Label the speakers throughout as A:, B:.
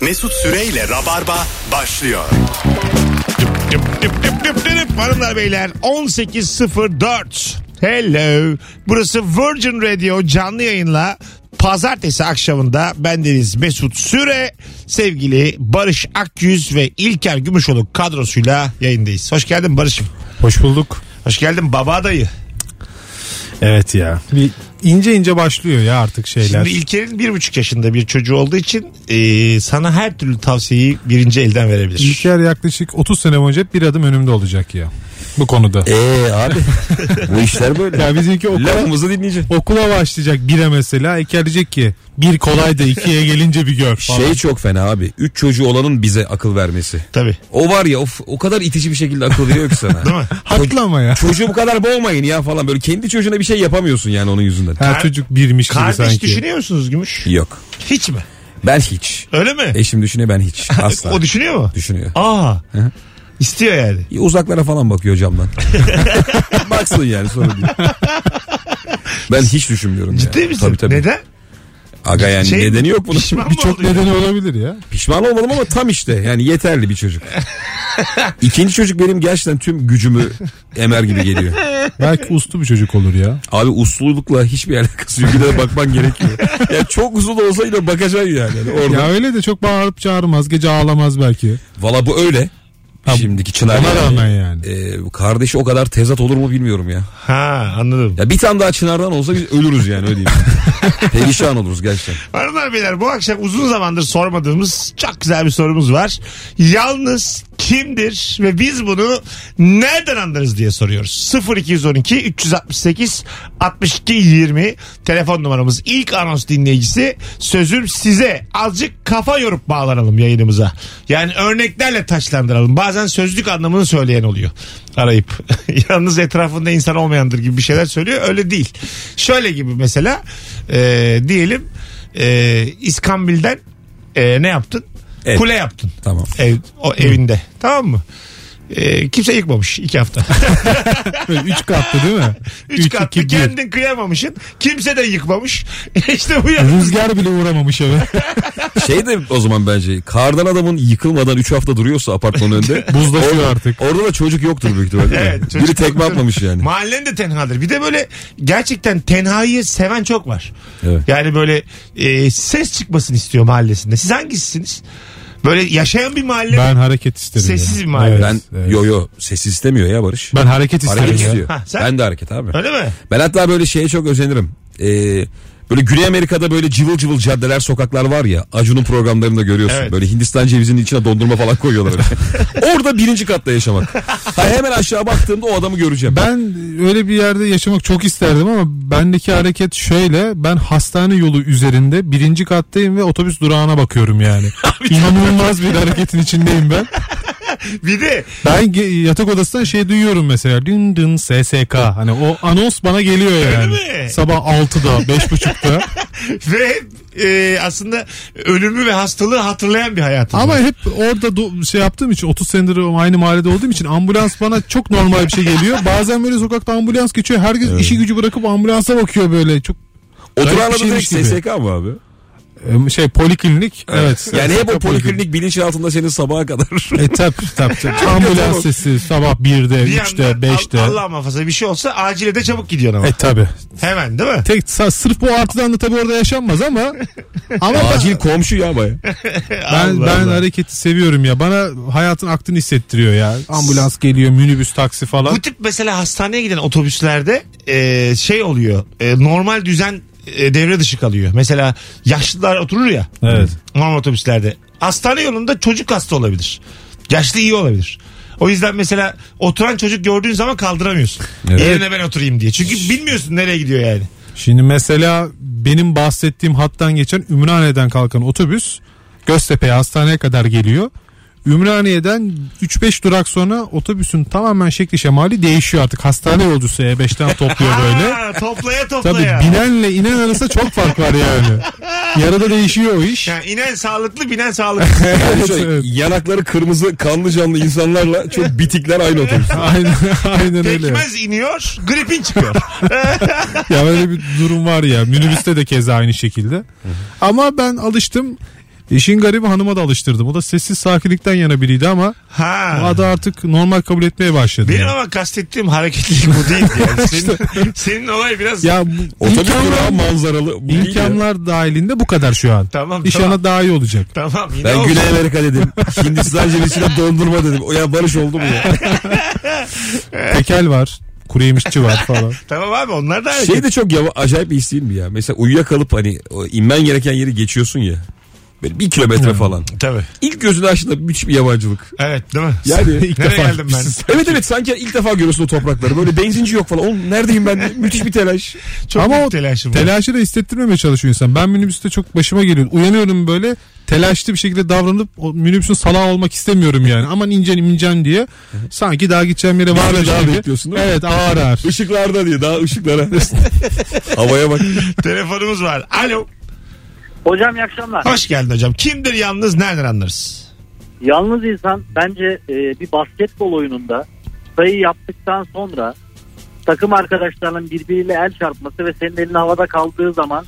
A: Mesut Süreyle Rabarba başlıyor.
B: Düp düp düp düp düp. Hanımlar beyler 18.04 Hello. Burası Virgin Radio canlı yayınla pazartesi akşamında bendeniz Mesut Süre, sevgili Barış Akyüz ve İlker Gümüşoluk kadrosuyla yayındayız. Hoş geldin Barış'ım.
C: Hoş bulduk.
B: Hoş geldin baba adayı.
C: Evet ya. Bir ince ince başlıyor ya artık şeyler.
B: Şimdi İlker'in bir buçuk yaşında bir çocuğu olduğu için e, sana her türlü tavsiyeyi birinci elden verebilir.
C: İlker yaklaşık 30 sene boyunca hep bir adım önümde olacak ya. Bu konuda.
B: E,
D: Eee abi bu işler böyle.
C: ya bizimki okula,
D: Lafımızı dinleyeceksin.
C: okula başlayacak bire mesela. İlker diyecek ki bir kolay da ikiye gelince bir gör falan.
D: Şey çok fena abi. Üç çocuğu olanın bize akıl vermesi.
B: Tabii.
D: O var ya of, o kadar itici bir şekilde akıl veriyor ki sana.
B: Değil mi?
C: Haklı ama ya.
D: Çocuğu bu kadar boğmayın ya falan böyle kendi çocuğuna bir şey yapamıyorsun yani onun yüzünden.
C: Her çocuk birmiş gibi
B: Kardeş
C: sanki.
B: düşünüyor musunuz Gümüş?
D: Yok.
B: Hiç mi?
D: Ben hiç.
B: Öyle mi?
D: Eşim düşünüyor ben hiç. Asla.
B: O düşünüyor mu?
D: düşünüyor.
B: Aa. İstiyor yani.
D: Uzaklara falan bakıyor camdan. Baksın yani sorun değil. Ben hiç düşünmüyorum ya.
B: Ciddi misin?
D: Tabii tabii.
B: Neden?
D: Aga yani
B: Şey-
D: nedeni yok bunun.
B: Pişman mı
C: Birçok
B: oldun ya?
C: nedeni olabilir ya.
D: Pişman olmadım ama tam işte yani yeterli bir çocuk. İkinci çocuk benim gerçekten tüm gücümü emer gibi geliyor.
C: Belki uslu bir çocuk olur ya.
D: Abi uslulukla hiçbir alakası yok. Bir de bakman gerekiyor. Ya çok uzun olsa yine bakacaksın yani. yani orada.
C: Ya öyle de çok bağırıp çağırmaz. Gece ağlamaz belki.
D: Valla bu öyle.
C: Ha,
D: Şimdiki Çınar.
C: Ona
D: yani.
C: rağmen yani.
D: Ee, kardeşi o kadar tezat olur mu bilmiyorum ya.
B: Ha anladım.
D: Ya bir tane daha Çınar'dan olsa biz ölürüz yani öyle diyeyim. Perişan oluruz gerçekten.
B: Hanımlar beyler bu akşam uzun zamandır sormadığımız çok güzel bir sorumuz var. Yalnız kimdir ve biz bunu nereden anlarız diye soruyoruz. 0212 368 62 20 telefon numaramız. İlk anons dinleyicisi sözüm size azıcık kafa yorup bağlanalım yayınımıza. Yani örneklerle taşlandıralım. Bazen sözlük anlamını söyleyen oluyor arayıp. Yalnız etrafında insan olmayandır gibi bir şeyler söylüyor. Öyle değil. Şöyle gibi mesela e, diyelim e, İskambil'den e, ne yaptın?
D: Evet.
B: Kule yaptın.
D: Tamam.
B: Ev, o evinde. Tamam mı? E, kimse yıkmamış iki hafta.
C: Böyle üç katlı değil mi?
B: Üç, katlı
C: iki, bir.
B: kendin kıyamamışsın. Kimse de yıkmamış. işte bu ya.
C: Rüzgar bile uğramamış eve.
D: Şey de o zaman bence kardan adamın yıkılmadan 3 hafta duruyorsa apartmanın önünde.
C: Buzlaşıyor artık.
D: Orada da çocuk yoktur büyük ihtimalle.
B: Evet, çocuk
D: Biri tekme
B: yoktur.
D: atmamış yani.
B: Mahallen de tenhadır. Bir de böyle gerçekten tenhayı seven çok var.
D: Evet.
B: Yani böyle e, ses çıkmasını istiyor mahallesinde. Siz hangisisiniz? Böyle yaşayan bir mahalle mi?
C: Ben hareket isterim.
B: Sessiz
C: ya.
B: bir mahalle.
C: Evet,
D: ben
C: evet.
D: yo yo sessiz istemiyor ya Barış.
C: Ben hareket isterim.
D: hareket
C: ya.
D: istiyor.
B: Ha, sen-
D: ben de hareket abi.
B: Öyle mi?
D: Ben hatta böyle şeye çok özenirim. Ee, böyle Güney Amerika'da böyle cıvıl cıvıl caddeler sokaklar var ya. Acun'un programlarında görüyorsun.
B: Evet.
D: Böyle Hindistan cevizinin içine dondurma falan koyuyorlar. öyle. Orada birinci katta yaşamak. Ha, hemen aşağı baktığımda o adamı göreceğim.
C: Ben öyle bir yerde yaşamak çok isterdim ama bendeki hareket şöyle. Ben hastane yolu üzerinde birinci kattayım ve otobüs durağına bakıyorum yani. İnanılmaz bir hareketin içindeyim ben.
B: Bir de
C: Ben ge- yatak odasından şey duyuyorum mesela. Dün dün SSK. Hani o anons bana geliyor yani.
B: mi?
C: Sabah 6'da 5.30'da.
B: ve hep, e, aslında ölümü ve hastalığı hatırlayan bir hayatım.
C: Ama hep orada do- şey yaptığım için 30 senedir o aynı mahallede olduğum için ambulans bana çok normal bir şey geliyor. Bazen böyle sokakta ambulans geçiyor. Herkes işi gücü bırakıp ambulansa bakıyor böyle. Çok
D: Oturan
C: garip bir
D: adam direkt
C: şeymiş gibi.
D: SSK mı abi?
C: e, şey poliklinik. Evet.
D: yani hep o
C: Poliklinik.
D: poliklinik bilinç altında senin sabaha kadar.
C: E tabi tabi. tabi. Ambulans sesi sabah 1'de,
B: bir
C: 3'te,
B: yandan
C: 5'te.
B: Al- Allah muhafaza bir şey olsa acile de çabuk gidiyorsun ama.
C: E tabi.
B: Hemen değil mi?
C: Tek sa- sırf bu artıdan da tabi orada yaşanmaz ama ama
D: Acil komşu ya baya.
C: ben
B: Allah
C: ben
B: Allah.
C: hareketi seviyorum ya. Bana hayatın aktını hissettiriyor ya. Ambulans geliyor, minibüs, taksi falan.
B: Bu tip mesela hastaneye giden otobüslerde e, şey oluyor. e, normal düzen e, devre dışı kalıyor. Mesela yaşlılar oturur ya.
C: Evet.
B: Normal otobüslerde. Hastane yolunda çocuk hasta olabilir. Yaşlı iyi olabilir. O yüzden mesela oturan çocuk gördüğün zaman kaldıramıyorsun.
D: Evet.
B: Yerine ben oturayım diye. Çünkü bilmiyorsun nereye gidiyor yani.
C: Şimdi mesela benim bahsettiğim hattan geçen Ümraniye'den kalkan otobüs Göztepe'ye hastaneye kadar geliyor. Ümraniye'den 3-5 durak sonra otobüsün tamamen şekli şemali değişiyor artık. Hastane yolcusu E5'ten topluyor böyle.
B: Aa, toplaya
C: Tabii
B: toplaya.
C: binenle inen arasında çok fark var yani. Yarıda değişiyor o iş.
B: Yani inen sağlıklı binen sağlıklı.
D: Yani şöyle
C: Evet, evet.
D: yanakları kırmızı kanlı canlı insanlarla çok bitikler aynı otobüs.
C: Aynen, aynen öyle.
B: Pekmez iniyor gripin çıkıyor.
C: ya böyle bir durum var ya. Minibüste de keza aynı şekilde. Ama ben alıştım. İşin garibi hanıma da alıştırdım. O da sessiz sakinlikten yana biriydi ama
B: Ha.
C: o da artık normal kabul etmeye başladı.
B: Benim
C: yani.
B: ama kastettiğim hareketlilik bu değil. Yani. Senin, senin olay biraz...
C: Ya bu
D: Otobüs durağı
C: imkanlar,
D: manzaralı. Bu değil ya.
C: imkanlar dahilinde bu kadar şu an.
B: Tamam,
C: İş
B: tamam.
C: ona daha iyi olacak.
B: Tamam yine
D: Ben
B: oldu.
D: Güney Amerika dedim. Hindistan cevizine dondurma dedim. O ya barış oldu mu ya?
C: Tekel var. Kuru yemişçi var falan.
B: Tamam abi onlar da hareket.
D: Şey de çok yava, acayip bir his değil mi ya? Mesela uyuyakalıp hani o inmen gereken yeri geçiyorsun ya. Böyle bir kilometre falan.
B: Tabii.
D: İlk gözünü açtığında müthiş bir yabancılık.
B: Evet değil mi?
D: Yani
B: ilk
D: ilk
B: Nereye
C: defa
B: geldim ben?
D: Evet evet sanki ilk defa görüyorsun o toprakları. Böyle benzinci yok falan. Oğlum neredeyim ben? Müthiş bir telaş.
B: Çok
C: Ama
B: büyük
C: o
B: telaşım var.
C: Telaşı da hissettirmemeye çalışıyor insan. Ben minibüste çok başıma geliyor. Uyanıyorum böyle telaşlı bir şekilde davranıp o minibüsün salağı olmak istemiyorum yani. Aman ineceğim ineceğim diye. Sanki daha gideceğim yere var
D: Minibüs
C: gibi.
D: daha bekliyorsun değil mi?
C: Evet ağır ağır.
D: Işıklarda diye daha ışıklara. Havaya bak.
B: Telefonumuz var. Alo.
E: Hocam iyi akşamlar.
B: Hoş geldin hocam. Kimdir yalnız nereden anlarız?
E: Yalnız insan bence e, bir basketbol oyununda sayı yaptıktan sonra takım arkadaşlarının birbiriyle el çarpması ve senin elin havada kaldığı zaman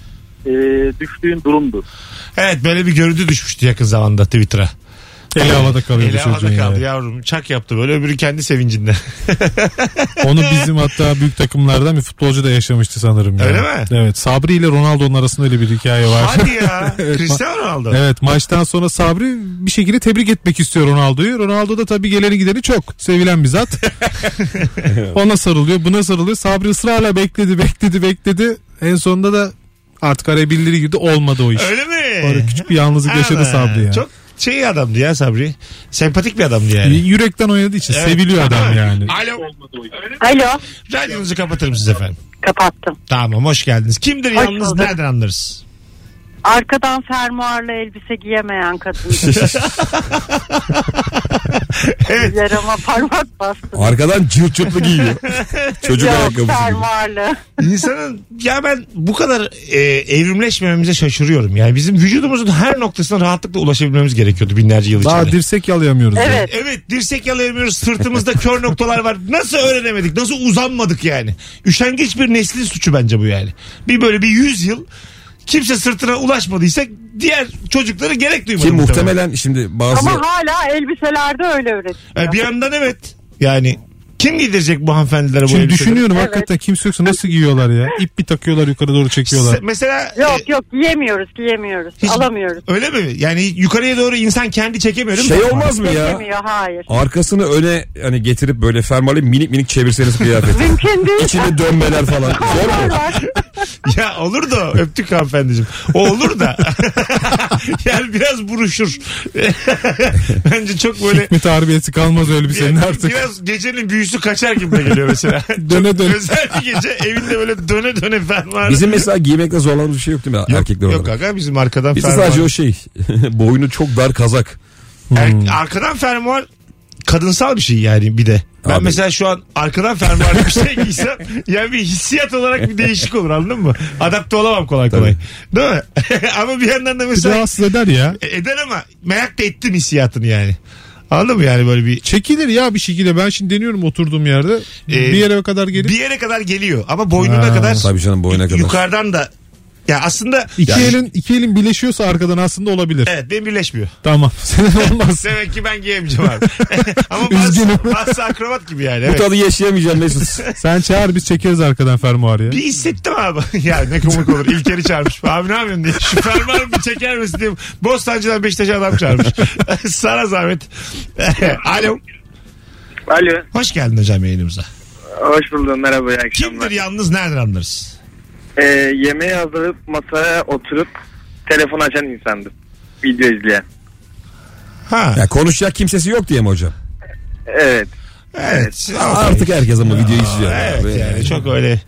E: e, düştüğün durumdur.
B: Evet böyle bir görüntü düşmüştü yakın zamanda Twitter'a.
C: Eli havada kalıyor
B: Eli havada
C: çocuğun
B: kaldı
C: yani.
B: yavrum. Çak yaptı böyle öbürü kendi sevincinde.
C: Onu bizim hatta büyük takımlardan bir futbolcu da yaşamıştı sanırım. yani.
B: Öyle mi?
C: Evet Sabri ile Ronaldo'nun arasında öyle bir hikaye var.
B: Hadi ya. Cristiano Ronaldo.
C: Evet maçtan sonra Sabri bir şekilde tebrik etmek istiyor Ronaldo'yu. Ronaldo da tabii geleni gideni çok sevilen bir zat. Ona sarılıyor buna sarılıyor. Sabri ısrarla bekledi bekledi bekledi. En sonunda da artık araya bildiri girdi olmadı o iş.
B: Öyle mi?
C: Böyle küçük bir yalnızlık yaşadı
B: Ana,
C: Sabri yani.
B: Çok şey adamdı ya Sabri. Sempatik bir adamdı yani.
C: Yürekten oynadığı için
B: Evet.
C: seviliyor adam yani.
B: Alo.
F: Alo
B: Radyonuzu kapatırım siz efendim.
F: kapattım.
B: Tamam hoş geldiniz. Kimdir
F: Hoş
B: yalnız
F: bulduk.
B: nereden anlarız?
F: Arkadan fermuarla elbise giyemeyen kadın.
B: Evet.
F: Yarama parmak bastı.
D: Arkadan cırt cırtlı giyiyor. Çocuk
F: Yok
D: ayakkabısı gibi.
F: fermuarlı.
B: İnsanın ya ben bu kadar e, evrimleşmememize şaşırıyorum. Yani bizim vücudumuzun her noktasına rahatlıkla ulaşabilmemiz gerekiyordu binlerce yıl içinde.
C: Daha dirsek yalayamıyoruz. yani.
F: Evet.
B: Evet dirsek yalayamıyoruz sırtımızda kör noktalar var. Nasıl öğrenemedik nasıl uzanmadık yani. Üşengeç bir neslin suçu bence bu yani. Bir böyle bir 100 yıl kimse sırtına ulaşmadıysa diğer çocukları gerek duymadı.
D: Ki
B: muhtemelen.
D: muhtemelen şimdi bazı...
F: Ama hala elbiselerde öyle öğretiliyor.
B: E, bir yandan evet yani kim giydirecek bu hanımefendilere bu
C: Şimdi
B: elbiseleri?
C: düşünüyorum hakikaten kimse yoksa nasıl giyiyorlar ya? İp bir takıyorlar yukarı doğru çekiyorlar.
B: Se- Mesela e,
F: Yok yok giyemiyoruz giyemiyoruz.
B: hiç-
F: Alamıyoruz.
B: Öyle mi? Yani yukarıya doğru insan kendi çekemiyor değil mi?
D: Şey olmaz mı ya?
F: Giyemiyor hayır.
D: Arkasını öne hani getirip böyle fermuarlı minik minik çevirseniz kıyafeti.
F: Mümkün değil.
D: İçinde dönmeler falan. Zor mu?
F: Var.
B: Ya olur da öptük hanımefendiciğim. O olur da. yani biraz buruşur. Bence çok böyle
C: Hikmet harbiyesi kalmaz öyle bir senin artık.
B: Biraz gecenin büyüsü kaçar gibi de geliyor mesela.
C: Döne döne.
B: Özel bir gece evinde böyle döne döne fermuar.
D: Bizim mesela giymekte zorlandığımız bir şey yok değil mi erkekler
B: Yok
D: olarak?
B: aga bizim arkadan
D: Bizde
B: fermuar.
D: sadece o şey. Boynu çok dar kazak. Hmm.
B: Er- arkadan fermuar kadınsal bir şey yani bir de. Ben
D: Abi.
B: mesela şu an arkadan fermuarlı bir şey giysem yani bir hissiyat olarak bir değişik olur anladın mı? Adapte olamam kolay kolay. Değil mi? ama bir yandan da
C: Bizi
B: mesela
C: rahatsız eder ya.
B: E, Eder ama merak da ettim hissiyatını yani. Anladın mı yani böyle bir
C: Çekilir ya bir şekilde. Ben şimdi deniyorum oturduğum yerde.
B: Ee,
C: bir yere kadar gelip
B: bir yere kadar geliyor ama boynuna
C: Ha,
B: kadar
D: Tabii canım boyuna kadar.
B: yukarıdan da ya aslında
C: iki
B: Yani-
C: elin iki elin birleşiyorsa arkadan aslında olabilir.
B: Evet benim birleşmiyor.
C: Tamam. Senin olmaz.
B: Demek ki ben giyemeyeceğim abi. Ama bazı,
C: Üzgünüm.
B: bazı akrobat gibi yani.
D: Bu
B: Evet.
D: tadı yaşayamayacağım Mesut.
C: Sen çağır biz çekeriz arkadan fermuarı ya.
B: Bir hissettim abi. ya ne komik olur. İlker'i çağırmış. Abi ne yapıyorsun diye. Şu fermuarı bir çeker misin diye. Bostancı'dan Beşiktaş'a adam çağırmış. Sana zahmet. Alo.
G: Alo.
B: Hoş geldin hocam yayınımıza.
G: Hoş buldum. Merhaba. iyi
B: Kimdir
G: akşamlar.
B: yalnız nereden anlarız?
G: Ee, yemeği hazırlayıp masaya oturup telefon açan insandır. Video izleyen.
B: Ha.
D: Ya konuşacak kimsesi yok diye mi hocam?
G: Evet.
B: Evet.
D: Artık herkes ama video izliyor.
B: Evet
D: Abi.
B: yani çok öyle.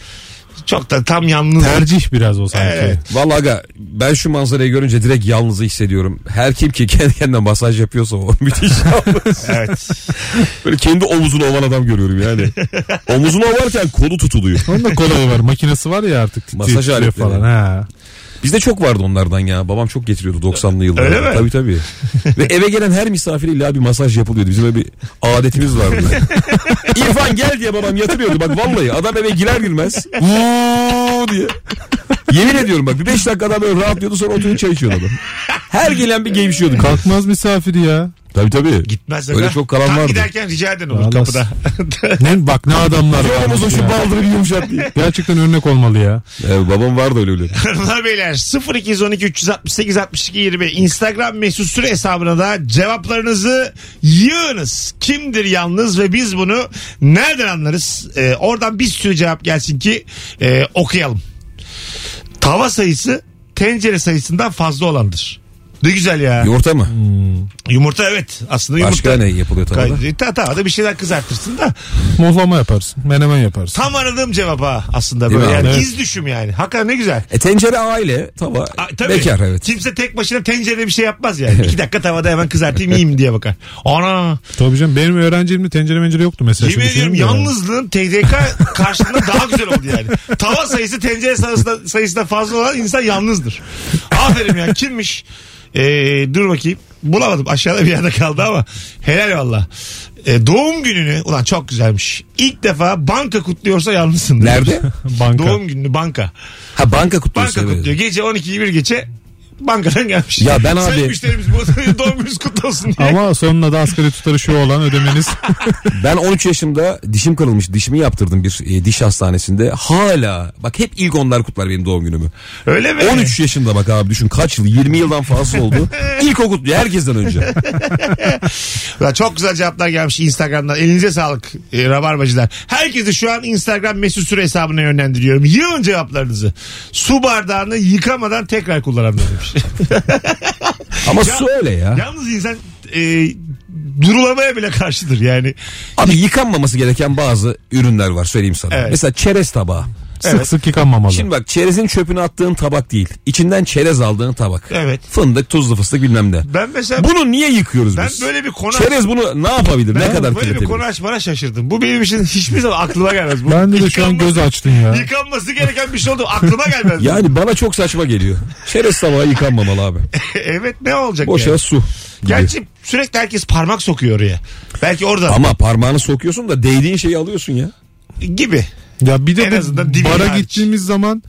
B: Çok da tam yalnız.
C: Tercih biraz o sanki.
B: Evet.
D: Vallahi aga ben şu manzarayı görünce direkt yalnızı hissediyorum. Her kim ki kendi kendine masaj yapıyorsa o müthiş yalnız.
B: Evet.
D: Böyle kendi omuzunu ovan adam görüyorum yani. Omuzunu ovarken kolu tutuluyor.
C: Onun da kolay var. Makinesi var ya artık.
D: Masaj
C: Titriyor
D: aletleri.
C: falan. Ha.
D: Bizde çok vardı onlardan ya. Babam çok getiriyordu 90'lı yıllarda.
B: Öyle mi?
D: Tabii tabii. Ve eve gelen her misafire illa bir masaj yapılıyordu. Bizim öyle bir adetimiz vardı. İrfan gel diye babam yatırıyordu. Bak vallahi adam eve girer girmez. Vuuu diye. Yemin ediyorum bak bir 5 dakikadan böyle rahatlıyordu sonra oturup çay içiyordu adam. Her gelen bir gevşiyordu. Kalk.
C: Kalkmaz misafiri ya.
D: Tabii tabii.
B: Gitmez
D: Öyle
B: aga.
D: çok kalan
B: Tam
D: vardı.
B: giderken rica eden olur
C: Vallahi-
B: kapıda.
C: Ne, bak ne adamlar
D: Yorumuz o
C: varmış
D: şu
C: ya.
D: baldırı bir yumuşat diye.
C: Gerçekten örnek olmalı ya.
D: Evet, E, babam vardı öyle öyle.
B: Hanımlar beyler 0212 368 62 20 Instagram mesut süre hesabına da cevaplarınızı yığınız. Kimdir yalnız ve biz bunu nereden anlarız? Ee, oradan bir sürü cevap gelsin ki e, okuyalım. Tava sayısı tencere sayısından fazla olandır. Ne güzel ya.
D: Yumurta mı?
B: Yumurta evet. Aslında yumurta. E,
D: Başka ne yapılıyor tavada?
B: Ta, tavada bir şeyler kızartırsın da
C: Mozlama yaparsın. Menemen yaparsın.
B: tam aradığım cevap ha aslında
D: Değil
B: böyle
D: mi?
B: yani
C: Evet.
B: iz düşüm yani hakikaten ne güzel.
D: E tencere aile, tava,
B: A, tabii.
D: bekar evet.
B: Kimse tek başına tencerede bir şey yapmaz yani. İki dakika tavada hemen kızartayım yiyeyim diye bakar. Ana
C: Tabii canım benim öğrencimde tencere mencere yoktu mesela.
B: yemin
C: Şimdi
B: ediyorum
C: düşünün de.
B: yalnızlığın TDK karşılığında daha güzel oldu yani. Tava sayısı tencere sayısında, sayısında fazla olan insan yalnızdır. Aferin ya kimmiş? Ee, dur bakayım. Bulamadım aşağıda bir yerde kaldı ama helal valla. Ee, doğum gününü ulan çok güzelmiş. İlk defa banka kutluyorsa yalnızsın.
D: Nerede?
C: Banka.
B: Doğum gününü banka.
D: Ha banka kutluyorsa.
B: Banka
D: evet.
B: kutluyor. Gece 12'yi bir geçe bankadan gelmiş.
D: Ya ben
B: Sayın
D: abi-
B: müşterimiz bu doğum gününüz kutlu olsun diye.
C: Ama sonuna da asgari tutarı şu olan ödemeniz.
D: Ben 13 yaşımda dişim kırılmış. Dişimi yaptırdım bir e, diş hastanesinde. Hala bak hep ilk onlar kutlar benim doğum günümü.
B: Öyle mi?
D: 13 yaşında bak abi düşün kaç yıl 20 yıldan fazla oldu. İlk o kutluyor herkesten önce.
B: Ya çok güzel cevaplar gelmiş Instagram'dan. Elinize sağlık e, rabarbacılar. Herkesi şu an Instagram mesut süre hesabına yönlendiriyorum. Yığın cevaplarınızı. Su bardağını yıkamadan tekrar kullananlar demiş.
D: Ama su öyle ya.
B: Yalnız insan e, durulamaya bile karşıdır yani.
D: Abi yıkanmaması gereken bazı ürünler var söyleyeyim sana.
B: Evet.
D: Mesela çerez tabağı.
C: Sık sık yıkanmamalı.
D: Şimdi bak çerezin çöpünü attığın tabak değil. İçinden çerez aldığın tabak.
B: Evet.
D: Fındık, tuzlu fıstık bilmem ne.
B: Ben mesela
D: Bunu niye yıkıyoruz
B: Ben
D: biz?
B: böyle bir konu-
D: Çerez bunu ne yapabilir?
B: ben
D: ne kadar
B: böyle bir
D: kirletebilir?
B: konu açmana şaşırdım. Bu benim için hiçbir zaman aklıma gelmez. Bu
C: ben de, de şu an
B: yıkanması-
C: göz açtın ya.
B: Yıkanması gereken bir şey oldu. Aklıma gelmez.
D: Yani bana çok saçma geliyor. Çerez tabağı yıkanmamalı abi.
B: evet ne olacak
D: Boşa
B: yani?
D: su. gibi.
B: Gerçi sürekli herkes parmak sokuyor oraya. Belki orada
D: Ama parmağını sokuyorsun da değdiğin şeyi alıyorsun ya.
B: gibi.
C: Ya bir de
B: En
C: bu
B: azından dibini
C: bara
B: hariç.
C: gittiğimiz zaman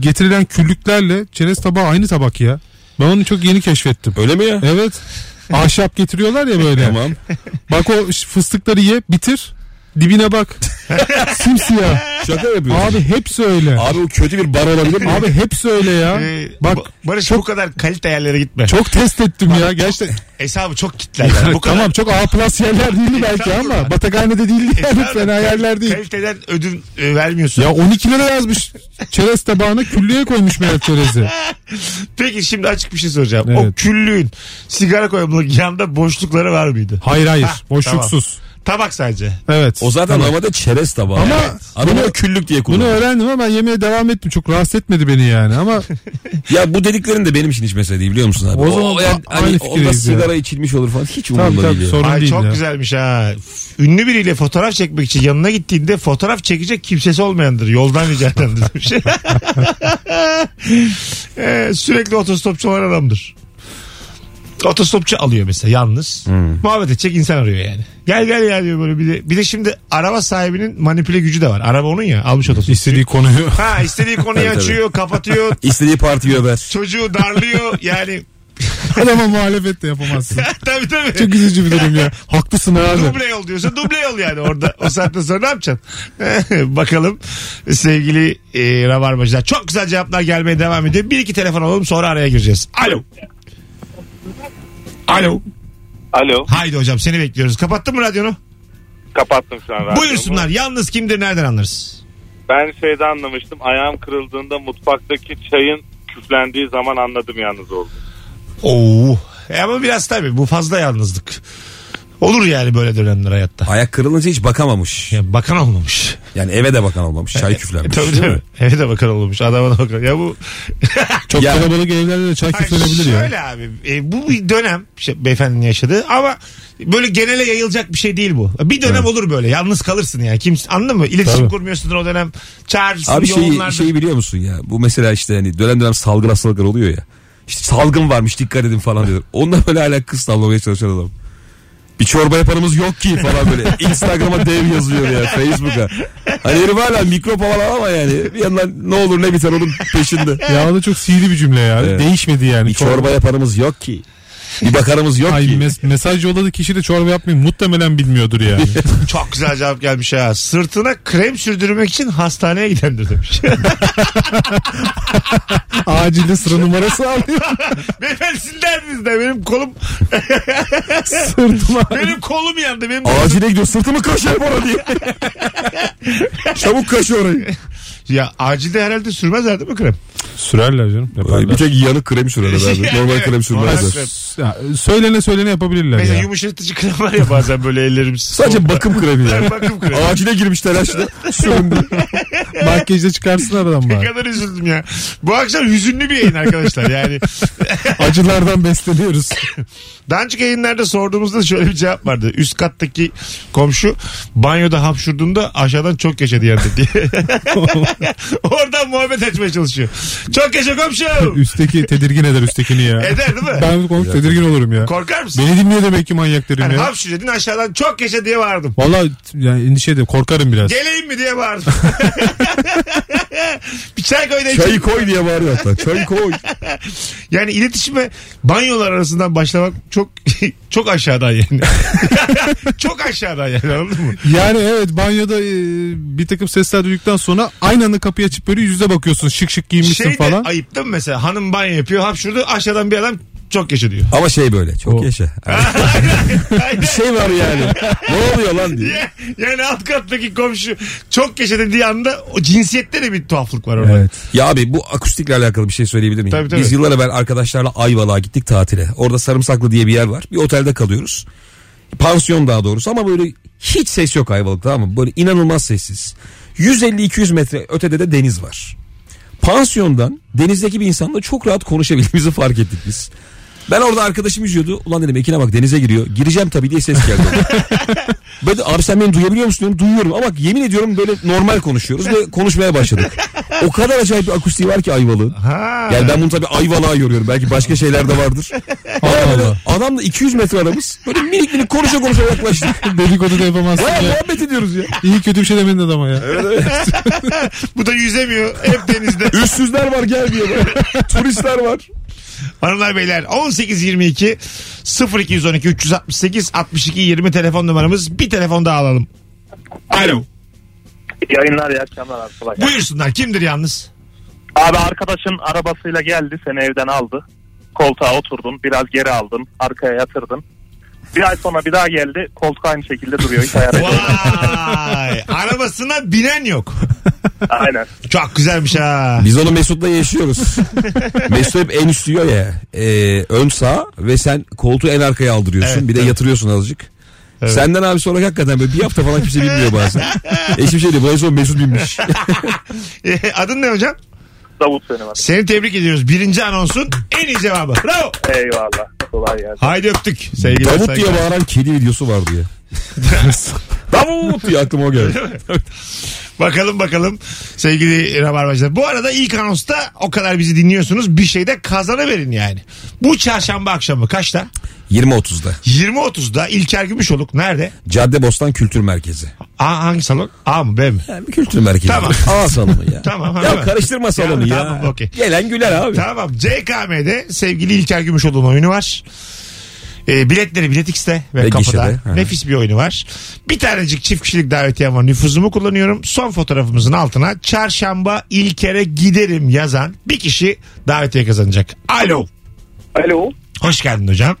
C: getirilen küllüklerle çerez tabağı aynı tabak ya. Ben onu çok yeni keşfettim.
D: Öyle mi ya?
C: Evet. Ahşap getiriyorlar ya böyle.
D: Tamam.
C: Bak o ş- fıstıkları ye bitir. Dibine bak. Simsiyah.
D: Şaka yapıyorsun.
C: Abi hepsi öyle.
D: Abi o kötü bir bar olabilir mi?
C: Abi hepsi öyle ya.
B: Ee,
C: Bak
B: Ba- Barış bu kadar kalite yerlere gitme.
C: çok test ettim ya gerçekten.
B: Hesabı çok kitler. bu kadar
C: Tamam çok A plus yerler değil belki
B: Estağfurullah.
C: ama batakhanede değil yani
B: Hesabı
C: fena
B: kal-
C: yerler değil.
B: Kaliteden ödün e, vermiyorsun.
C: Ya 12 lira yazmış çerez tabağına küllüye koymuş meğer çerezi.
B: Peki şimdi açık bir şey soracağım. O
C: Evet.
B: küllüğün sigara koymalık yanında boşlukları var mıydı?
C: Hayır hayır
B: Hah,
C: boşluksuz.
B: Tabak sadece.
C: Evet.
D: O zaten havada çerez tabağı.
C: Ama
D: Evet. Adamı
C: bunu-
D: o küllük
C: Bunu
D: diye kullanıyor.
C: öğrendim ama ben yemeğe devam ettim. Çok rahatsız etmedi beni yani ama
D: Ya bu dediklerin de benim için hiç mesele değil biliyor musun abi?
C: O zaman
D: yani,
C: a- aynı
D: hani
C: fikirdeyiz
D: onda
C: ya.
D: sigara içilmiş olur falan hiç
C: tabii
D: umurumda değil.
C: tabii
D: ya.
C: sorun
B: Ay
C: değil
B: çok
C: ya.
B: güzelmiş ha. Ünlü biriyle fotoğraf çekmek için yanına gittiğinde fotoğraf çekecek kimsesi olmayandır. Yoldan rica edendir demiş. Ee, sürekli otostopçu olan adamdır. Otostopçu alıyor mesela yalnız. Muhabbet edecek insan arıyor yani. Gel gel ya diyor böyle bir de, bir de şimdi araba sahibinin manipüle gücü de var. Araba onun ya almış otostopçu.
C: İstediği konuyu.
B: Ha istediği konuyu
D: Tabii, tabii.
B: açıyor, kapatıyor,
D: İstediği partiyi över.
B: çocuğu darlıyor yani.
C: Adama muhalefet de yapamazsın.
B: tabii tabii.
C: Çok üzücü bir durum ya. Haklısın abi.
B: Duble yol diyorsa duble yol yani orada. O saatten sonra ne yapacaksın? Bakalım sevgili e, Rabarbacılar. Çok güzel cevaplar gelmeye devam ediyor. Bir iki telefon alalım sonra araya gireceğiz. Alo. Alo.
G: Alo
B: Haydi hocam seni bekliyoruz. Kapattın mı radyonu?
G: kapattım şu an.
B: Buyursunlar. Yalnız kimdir nereden anlarız?
G: Ben şeyde anlamıştım ayağım kırıldığında mutfaktaki çayın küflendiği zaman anladım yalnız oldu.
B: Oo. E ama biraz tabii bu fazla yalnızlık. Olur yani böyle dönemler hayatta.
D: Ayak kırılınca hiç bakamamış.
B: Ya bakan olmamış. E,
D: Yani eve de bakan olmamış. Çay
C: E,
D: küflenmiş.
B: tabii
D: Değil
B: tabii.
D: mi?
B: Eve de bakan olmamış. Adama da bakan. Ya bu
C: Çok
D: Ya-
C: kalabalık evlerde de çay
B: Hayır,
C: küflenebilir ya.
B: Şöyle abi e, bu bir dönem işte beyefendinin yaşadığı ama böyle genele yayılacak bir şey değil bu. Bir dönem olur böyle yalnız kalırsın yani. Kim, anladın mı? İletişim
C: Tabii.
B: kurmuyorsun o dönem. Çağırırsın
D: Abi şey, şeyi,
B: yoğunlardır.
D: şeyi biliyor musun ya? Bu mesela işte hani dönem dönem salgın hastalıklar oluyor ya. İşte salgın varmış dikkat edin falan diyor. Onda böyle hala kız tavlamaya çalışan adam. Bir çorba yapanımız yok ki falan böyle. Instagram'a dev yazıyor ya Facebook'a. Hani herif hala mikrop havalar ama yani. Bir yandan ne olur ne biter onun peşinde.
C: Ya o da çok sihirli bir cümle yani.
D: Evet.
C: Değişmedi yani.
D: Bir çorba yapanımız yok ki. Bir bakarımız yok
C: Ay,
D: ki.
C: mes- mesaj yolladığı kişi de çorba yapmayı muhtemelen bilmiyordur yani.
B: Çok güzel cevap gelmiş ha. Sırtına krem sürdürmek için hastaneye gidendir demiş.
C: Acilde sıra numarası alıyor.
B: Beyefendi sizin derdiniz de benim kolum
C: Sırtıma.
B: benim kolum yandı. Benim
D: Acile gidiyor sırtımı kaşıyor bana diye. Çabuk kaşı orayı.
B: Ya acilde herhalde sürmezler değil mi krem?
C: Sürerler canım. yaparlar.
D: Bir tek yanık krem sürer herhalde. Normal krem
B: Normal
D: sürmez.
B: krem.
C: Ya, söylene söylene yapabilirler
B: Mesela
C: ya.
B: yumuşatıcı krem var ya bazen böyle ellerimiz.
D: Sadece bakım kremi yani.
B: bakım kremi.
D: Acile girmiş telaşla. Sürün diye.
C: Makyajda çıkarsın aradan
B: Ne
C: bari.
B: kadar üzüldüm ya. Bu akşam hüzünlü bir yayın arkadaşlar. Yani
C: Acılardan besleniyoruz.
B: daha önceki yayınlarda sorduğumuzda şöyle bir cevap vardı. Üst kattaki komşu banyoda hapşurduğunda aşağıdan çok yaşadı yandı diye. Oradan muhabbet açmaya çalışıyor. Çok yaşa komşu.
C: Üstteki tedirgin eder üsttekini ya.
B: Eder değil mi?
C: Ben komşu tedirgin olurum ya.
B: Korkar mısın?
C: Beni dinliyor demek ki manyak derim
B: Yani
C: ya.
B: hapşur dedin aşağıdan çok yaşa diye bağırdım.
C: Valla yani endişe ediyorum. Korkarım biraz.
B: Geleyim mi diye bağırdım. bir çay koy da içelim.
D: Çayı koy diye bağırıyor hatta. Çayı koy.
B: Yani iletişime banyolar arasından başlamak çok çok aşağıdan yani. çok aşağıdan yani anladın mı?
C: Yani evet banyoda e, bir takım sesler duyduktan sonra aynı anda kapıyı açıp böyle yüzde bakıyorsun şık şık giyinmişsin
B: Şey de
C: falan.
B: ayıp değil mi mesela hanım banyo yapıyor hapşurdu aşağıdan bir adam çok yaşa diyor.
D: Ama şey böyle çok
C: O-
D: yaşa. bir şey var yani. ne oluyor lan diye.
B: Ya- yani alt kattaki komşu çok yaşa dediği anda o cinsiyette de bir tuhaflık var orada.
C: Evet.
D: Ya abi bu akustikle alakalı bir şey söyleyebilir miyim?
B: Tabii, tabii.
D: Biz yıllar evvel arkadaşlarla Ayvalık'a gittik tatile. Orada Sarımsaklı diye bir yer var. Bir otelde kalıyoruz. Pansiyon daha doğrusu ama böyle hiç ses yok Ayvalık'ta tamam mı? Böyle inanılmaz sessiz. 150-200 metre ötede de deniz var. Pansiyondan denizdeki bir insanla çok rahat konuşabildiğimizi fark ettik biz. Ben orada arkadaşım yüzüyordu. Ulan dedim Ekin'e bak denize giriyor. Gireceğim tabii diye ses geldi. Ben de, abi sen beni duyabiliyor musun diyorum. Duyuyorum ama yemin ediyorum böyle normal konuşuyoruz ve konuşmaya başladık. O kadar acayip bir akustiği var ki Ayvalık'ın.
B: Ha.
D: Yani ben bunu tabii Ayvalık'a görüyorum. Belki başka şeyler de vardır. Baya böyle adamla 200 metre aramız. Böyle minik minik konuşa konuşa yaklaştık.
C: Dedikodu da yapamazsın
D: Baya
C: ya.
D: muhabbet ediyoruz ya.
C: İyi kötü bir şey demedin adama ya.
B: Bu da yüzemiyor hep denizde.
D: Üstsüzler var gel diye böyle. Turistler var.
B: Hanımlar beyler 1822 0212 368 62 20 telefon numaramız. Bir telefon daha alalım. Alo.
G: Yayınlar iyi akşamlar abi. Kolay gelsin.
B: Buyursunlar. Kimdir yalnız?
G: Abi arkadaşın arabasıyla geldi seni evden aldı. Koltuğa oturdun biraz geri aldın arkaya yatırdın. Bir ay sonra bir daha geldi koltuk aynı şekilde duruyor. Hiç ayar ediyorum.
B: Vay. Arabasına binen yok.
G: Aynen.
B: Çok güzelmiş ha.
D: Biz onu Mesut'la yaşıyoruz. Mesut hep en üst diyor ya. e, ön sağ ve sen koltuğu en arkaya aldırıyorsun.
B: Evet,
D: bir de
B: evet.
D: yatırıyorsun azıcık. Senden abi sonra hakikaten böyle bir hafta falan kimse bilmiyor bazen. Eşim şey diyor bu en son Mesut binmiş.
B: E, Adın ne hocam?
G: Davut seni var.
B: Seni tebrik ediyoruz. Birinci anonsun en iyi cevabı. Bravo.
G: Eyvallah. Kolay gelsin.
B: Haydi öptük. Sevgiler
D: Davut
B: saygılar.
D: diye bağıran kedi videosu vardı ya. Davut diye aklıma o geldi.
B: Bakalım bakalım sevgili Rabarbacılar. Bu arada ilk anonsta o kadar bizi dinliyorsunuz. Bir şey de kazanıverin yani. Bu çarşamba akşamı kaçta?
D: 20.30'da
B: 20.30'da İlker Gümüşoluk nerede?
D: Caddebostan Kültür Merkezi.
B: A, hangi salon? A mı B mi?
D: Yani bir kültür merkezi.
B: Tamam.
D: A salonu ya.
B: Tamam,
D: Ya
B: tamam.
D: karıştırma salonu ya.
B: Tamam, okey.
D: Gelen güler abi.
B: Tamam CKM'de sevgili İlker Gümüşoğlu'nun oyunu var. E, biletleri Bilet X'te ve,
D: Ve
B: kapıda.
D: gişede, evet.
B: Nefis bir oyunu var. Bir tanecik çift kişilik davetiyem var. Nüfuzumu kullanıyorum. Son fotoğrafımızın altına çarşamba İlker'e giderim yazan bir kişi davetiye kazanacak. Alo.
G: Alo.
B: Hoş geldin hocam.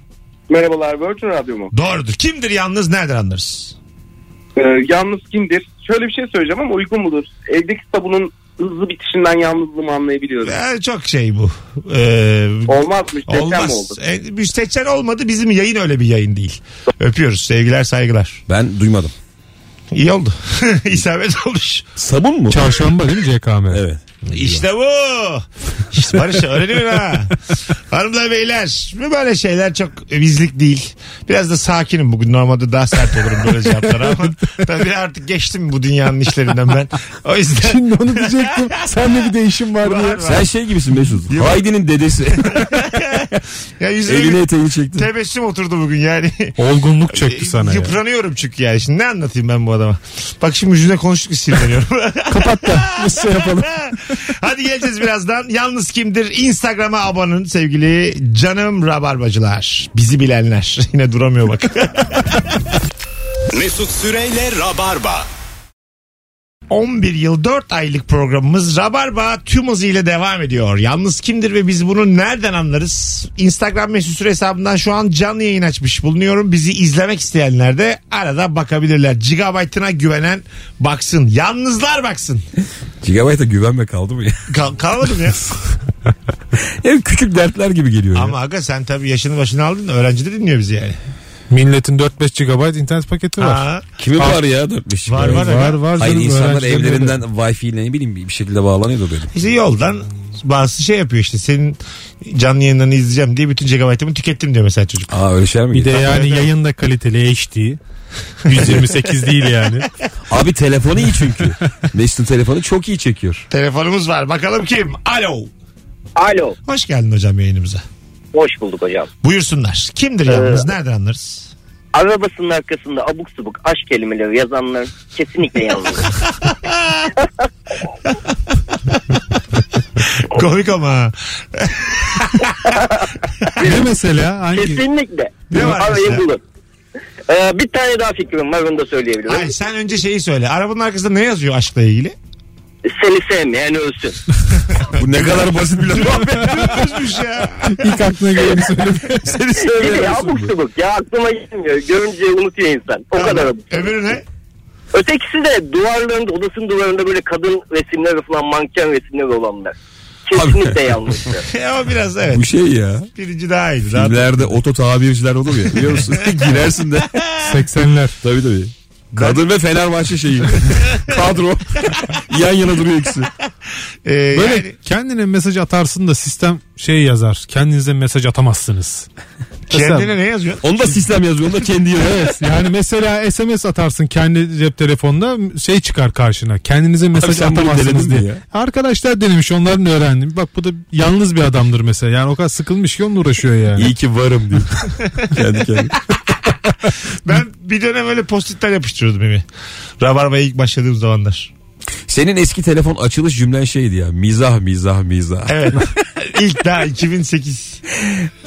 G: Merhabalar Virgin Radyo mu?
B: Doğrudur. Kimdir yalnız nereden anlarız?
G: Ee, yalnız kimdir? Şöyle bir şey söyleyeceğim ama uygun mudur? Evdeki sabunun hızlı bitişinden yalnızlığımı anlayabiliyorum.
B: Ee, çok şey bu. Ee,
G: Olmaz mı? Deprem mi
B: olmaz.
G: oldu?
B: Ee, bir seçen olmadı. Bizim yayın öyle bir yayın değil. Öpüyoruz. Sevgiler saygılar.
D: Ben duymadım.
B: İyi oldu. İsabet olmuş.
D: Sabun mu?
C: Çarşamba değil mi CKM?
D: Evet.
B: İşte bu. İşte Barış öğreniyor ha. Hanımlar beyler bu böyle şeyler çok bizlik değil. Biraz da sakinim bugün. Normalde daha sert olurum böyle cevaplara ama tabii artık geçtim bu dünyanın işlerinden ben. O yüzden
C: Şimdi onu diyecektim. Senle bir değişim var diye.
B: Var, var.
D: Sen şey gibisin Mesut. Haydi'nin dedesi.
B: ya yüzüme
D: Elini
B: bir
D: eteğini çekti.
B: tebessüm oturdu bugün yani.
C: Olgunluk çöktü sana ya.
B: Yıpranıyorum çünkü yani. Şimdi ne anlatayım ben bu adama? Bak şimdi yüzüne konuştuk ki sinirleniyorum.
D: Kapat da biz şey yapalım.
B: Hadi geleceğiz birazdan. Yalnız kimdir? Instagram'a abone olun sevgili canım rabarbacılar. Bizi bilenler. Yine duramıyor bak.
A: Mesut Süreyle Rabarba.
B: 11 yıl 4 aylık programımız Rabarba tüm hızıyla devam ediyor. Yalnız kimdir ve biz bunu nereden anlarız? Instagram mesut süre hesabından şu an canlı yayın açmış bulunuyorum. Bizi izlemek isteyenler de arada bakabilirler. Gigabyte'ına güvenen baksın. Yalnızlar baksın.
D: Gigabyte'a güvenme kaldı mı ya?
B: Kal kalmadım ya.
D: Hep küçük dertler gibi geliyor. ya.
B: Ama aga sen tabii yaşını başını aldın. Öğrenci de dinliyor bizi yani.
C: Milletin 4-5 GB internet paketi var.
B: Ha,
D: Kimin var ya 4-5
B: Var,
D: gigabyte?
B: var.
C: Var var.
D: Hayır
C: canım,
D: insanlar
C: öğrencilerin
D: evlerinden
C: öyle.
D: wifi ile ne bileyim bir bir şekilde bağlanıyordu böyle.
B: işte yoldan bazı şey yapıyor işte. Senin canlı yayınlarını izleyeceğim diye bütün gigabyte'ımı tükettim diyor mesela çocuk.
D: Aa öyle şeyler mi?
C: Bir de
D: geliyor?
C: yani yayın da kaliteli HD. 128 değil yani.
D: Abi telefonu iyi çünkü. Mesut'un telefonu çok iyi çekiyor.
B: Telefonumuz var. Bakalım kim? Alo.
H: Alo.
B: Hoş geldin hocam yayınımıza.
H: Hoş bulduk hocam.
B: Buyursunlar. Kimdir yalnız? Nereden anlarız?
H: Arabasının arkasında abuk subuk aşk kelimeleri yazanlar kesinlikle yalnız.
B: Komik ama.
C: ne mesela? Hangi?
H: kesinlikle.
B: Ne var mesela?
H: Arayı bulun. Ee, bir tane daha fikrim var onu da söyleyebilirim.
B: Ay sen önce şeyi söyle. Arabanın arkasında ne yazıyor aşkla ilgili?
H: Seni sevmeyen ölsün.
D: Bu ne kadar basit bir laf.
B: Özmüş ya.
C: İlk aklına geleni söyle.
D: Seni
H: Bir de
D: sevmiyorum.
H: abuk subuk ya aklıma gelmiyor. Görünce unutuyor insan. O kadar abuk.
B: Öbürü ne?
H: Ötekisi de duvarlarında odasının duvarında böyle kadın resimleri falan manken resimleri olanlar. Kesinlikle yalnızdı.
B: o biraz evet.
D: Bu şey ya.
B: Birinci daha iyiydi. Daha...
D: Filmlerde oto tabirciler olur ya biliyor musun? Girersin de.
C: 80'ler.
D: Tabii tabii. Kadın ve Fenerbahçe şeyi. Kadro. Yan yana duruyor ikisi.
B: Ee,
C: Böyle
B: yani
C: kendine mesaj atarsın da sistem şey yazar. Kendinize mesaj atamazsınız.
B: kendine ne yazıyor?
D: Onda sistem yazıyor. Onda kendi yazıyor.
C: Yani mesela SMS atarsın kendi cep telefonuna şey çıkar karşına. Kendinize mesaj
D: sen bunu denedin
C: atamazsınız
D: mi
C: diye.
D: ya?
C: Arkadaşlar denemiş onların öğrendim. Bak bu da yalnız bir adamdır mesela. Yani o kadar sıkılmış ki onunla uğraşıyor yani.
D: İyi ki varım diyor. kendi kendine.
B: Ben bir dönem öyle postitler yapıştırıyordum evi. Rabarba'ya ilk başladığım zamanlar.
D: Senin eski telefon açılış cümlen şeydi ya. Mizah mizah mizah.
B: Evet. ilk daha 2008.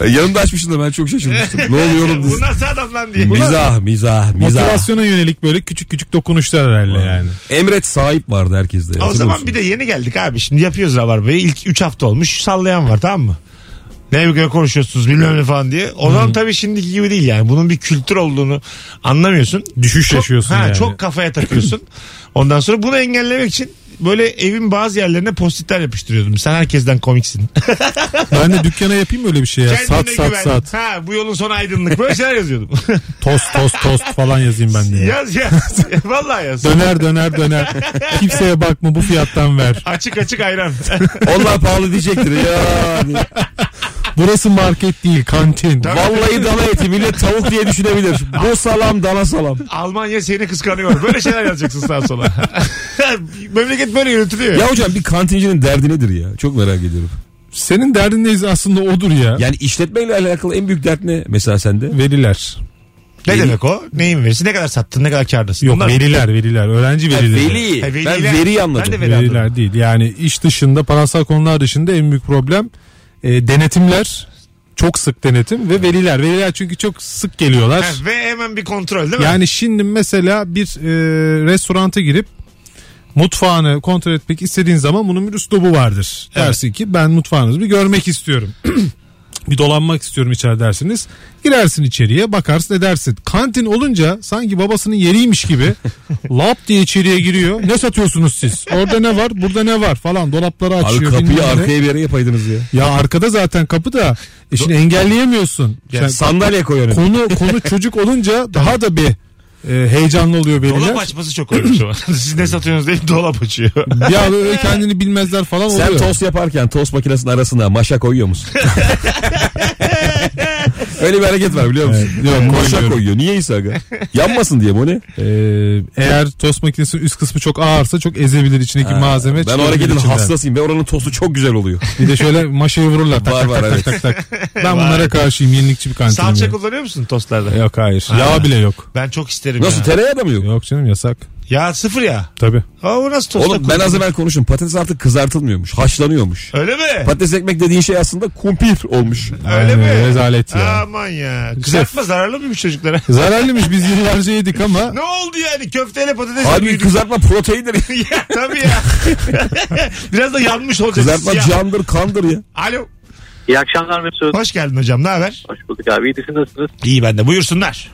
D: Yanımda E, açmışsın da ben çok şaşırmıştım. ne oluyor oğlum?
B: Bu nasıl adam lan diye.
D: Mizah mizah mizah.
C: Motivasyona yönelik böyle küçük küçük dokunuşlar herhalde yani.
D: Emret sahip vardı herkeste.
B: O
D: hatırlıyor
B: zaman
D: musun?
B: bir de yeni geldik abi. Şimdi yapıyoruz Rabarba'yı. İlk 3 hafta olmuş. Sallayan var tamam mı? Ne göre konuşuyorsunuz bilmem ne falan diye. O zaman tabii şimdiki gibi değil yani. Bunun bir kültür olduğunu anlamıyorsun.
C: Düşüş
B: Çok-
C: yaşıyorsun
B: ha,
C: yani.
B: Çok kafaya takıyorsun. Ondan sonra bunu engellemek için böyle evin bazı yerlerine postitler yapıştırıyordum. Sen herkesten komiksin.
C: Ben de dükkana yapayım öyle bir şey ya. Sat
B: Kendine
C: sat
B: güven.
C: sat.
B: Ha, bu yolun sonu aydınlık. Böyle şeyler yazıyordum.
C: Tost tost tost falan yazayım ben de. ya.
B: yaz yaz. Vallahi yaz.
C: Döner döner döner. Kimseye bakma bu fiyattan ver.
B: Açık açık ayran.
D: Onlar pahalı diyecektir ya.
C: Burası market değil kantin.
D: Vallahi dana eti millet tavuk diye düşünebilir. Bu salam dana salam.
B: Almanya seni kıskanıyor. Böyle şeyler yazacaksın sağa sola. Memleket böyle yönetiliyor.
D: Ya hocam bir kantincinin derdi nedir ya? Çok merak ediyorum.
C: Senin derdin neyiz aslında odur ya.
D: Yani işletmeyle alakalı en büyük dert ne mesela sende?
C: Veriler.
B: Ne demek o? Neyin verisi? Ne kadar sattın? Ne kadar kârdasın?
C: Yok
B: Bunlar-
C: veriler veriler. Öğrenci verileri.
D: Veli.
B: Ha, veliler.
D: Ben veri
B: Ben de
D: anladım.
B: veri anladım.
C: Veriler değil. Yani iş dışında parasal konular dışında en büyük problem e, denetimler. Çok sık denetim ve veliler. Veliler çünkü çok sık geliyorlar.
B: Ha, ve hemen bir kontrol değil mi?
C: Yani şimdi mesela bir e, restoranta girip mutfağını kontrol etmek istediğin zaman bunun bir üslubu vardır. Dersin ki ben mutfağınızı bir görmek istiyorum. bir dolanmak istiyorum içeri dersiniz. Girersin içeriye bakarsın edersin. Kantin olunca sanki babasının yeriymiş gibi lap diye içeriye giriyor. Ne satıyorsunuz siz? Orada ne var? Burada ne var? Falan dolapları
D: Abi
C: açıyor. bilmem
D: kapıyı
C: ne.
D: arkaya bir yere yapaydınız ya.
C: Ya arkada zaten kapı da e şimdi engelleyemiyorsun.
D: Yani
C: Sen-
D: sandalye koyarım.
C: konu konu çocuk olunca daha da bir e, heyecanlı oluyor
B: Dolap
C: veliler.
B: açması çok önemli şu an. Siz ne satıyorsunuz deyip dolap açıyor.
C: Ya böyle kendini bilmezler falan oluyor.
D: Sen tost yaparken tost makinesinin arasına maşa koyuyor musun? Öyle bir hareket var biliyor musun? Yok, koşa
C: koymuyorum.
D: koyuyor. Niye İsa aga? Yanmasın diye mi o ne?
C: Ee, eğer tost makinesinin üst kısmı çok ağırsa çok ezebilir içindeki malzeme.
D: ben o
C: çıkabilir
D: hareketin
C: içinden.
D: hastasıyım ve oranın tostu çok güzel oluyor.
C: Bir de şöyle maşayı vururlar. Tak,
D: Var,
C: tak,
D: var,
C: tak,
D: evet.
C: tak, tak, tak. Ben bunlara karşıyım yenilikçi bir kantinim.
B: Salça
C: yani.
B: kullanıyor musun tostlarda?
C: Yok hayır. Yağ bile yok.
B: Ben çok isterim
D: Nasıl
B: ya.
D: tereyağı da mı yok?
C: Yok canım yasak.
B: ya sıfır ya.
C: Tabii.
B: Aa, o nasıl tosta
D: Oğlum ben az evvel konuştum. Patates artık kızartılmıyormuş. Haşlanıyormuş.
B: Öyle mi?
D: Patates ekmek dediğin şey aslında kumpir olmuş.
B: Öyle
C: Aynen,
B: mi?
C: Rezalet ya.
B: Aman ya. Kızartma zararlı mıymış çocuklara?
C: Zararlıymış biz yıllarca yedik ama
B: ne oldu yani? Köfteyle patatesle
D: Halbuki
B: büyüdük.
D: kızartma proteindir.
B: ya, tabii ya. Biraz da yanmış olacak.
D: kızartma
B: Ya.
D: candır kandır ya.
B: Alo.
E: İyi akşamlar Mesut.
B: Hoş geldin hocam. Ne haber?
E: Hoş bulduk abi. İyi nasılsınız?
B: İyi ben de. Buyursunlar.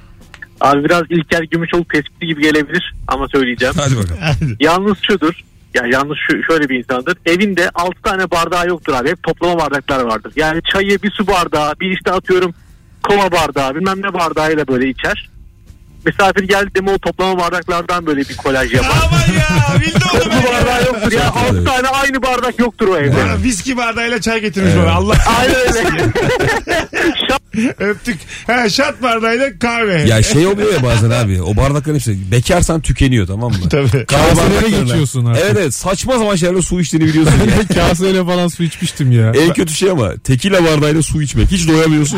E: Abi biraz İlker Gümüşoluk tespiti gibi gelebilir ama söyleyeceğim.
D: Hadi bakalım.
E: Yalnız şudur. Ya yalnız şu, şöyle bir insandır. Evinde 6 tane bardağı yoktur abi. Hep toplama bardaklar vardır. Yani çayı bir su bardağı, bir işte atıyorum kola bardağı, bilmem ne bardağıyla böyle içer. Misafir geldi mi o toplama bardaklardan böyle bir kolaj yapar.
B: Aman ya. Bildi oldu
E: Bu
B: ben ya.
E: bardağı yoktur ya. 6 tane aynı bardak yoktur o evde.
B: Bana viski bardağıyla çay getirmiş bana. Allah
E: Aynen öyle.
B: öptük. He, şat bardağıyla kahve.
D: Ya şey oluyor ya bazen abi. O bardakların hepsi bekarsan tükeniyor tamam mı?
B: Tabii.
D: Kahve
C: Kaselere
D: bardaklarına.
C: geçiyorsun artık.
D: Evet evet saçma sapan şeylerle su içtiğini biliyorsun ya.
C: kaseyle falan su içmiştim ya.
D: En kötü şey ama tekila bardağıyla su içmek. Hiç doyamıyorsun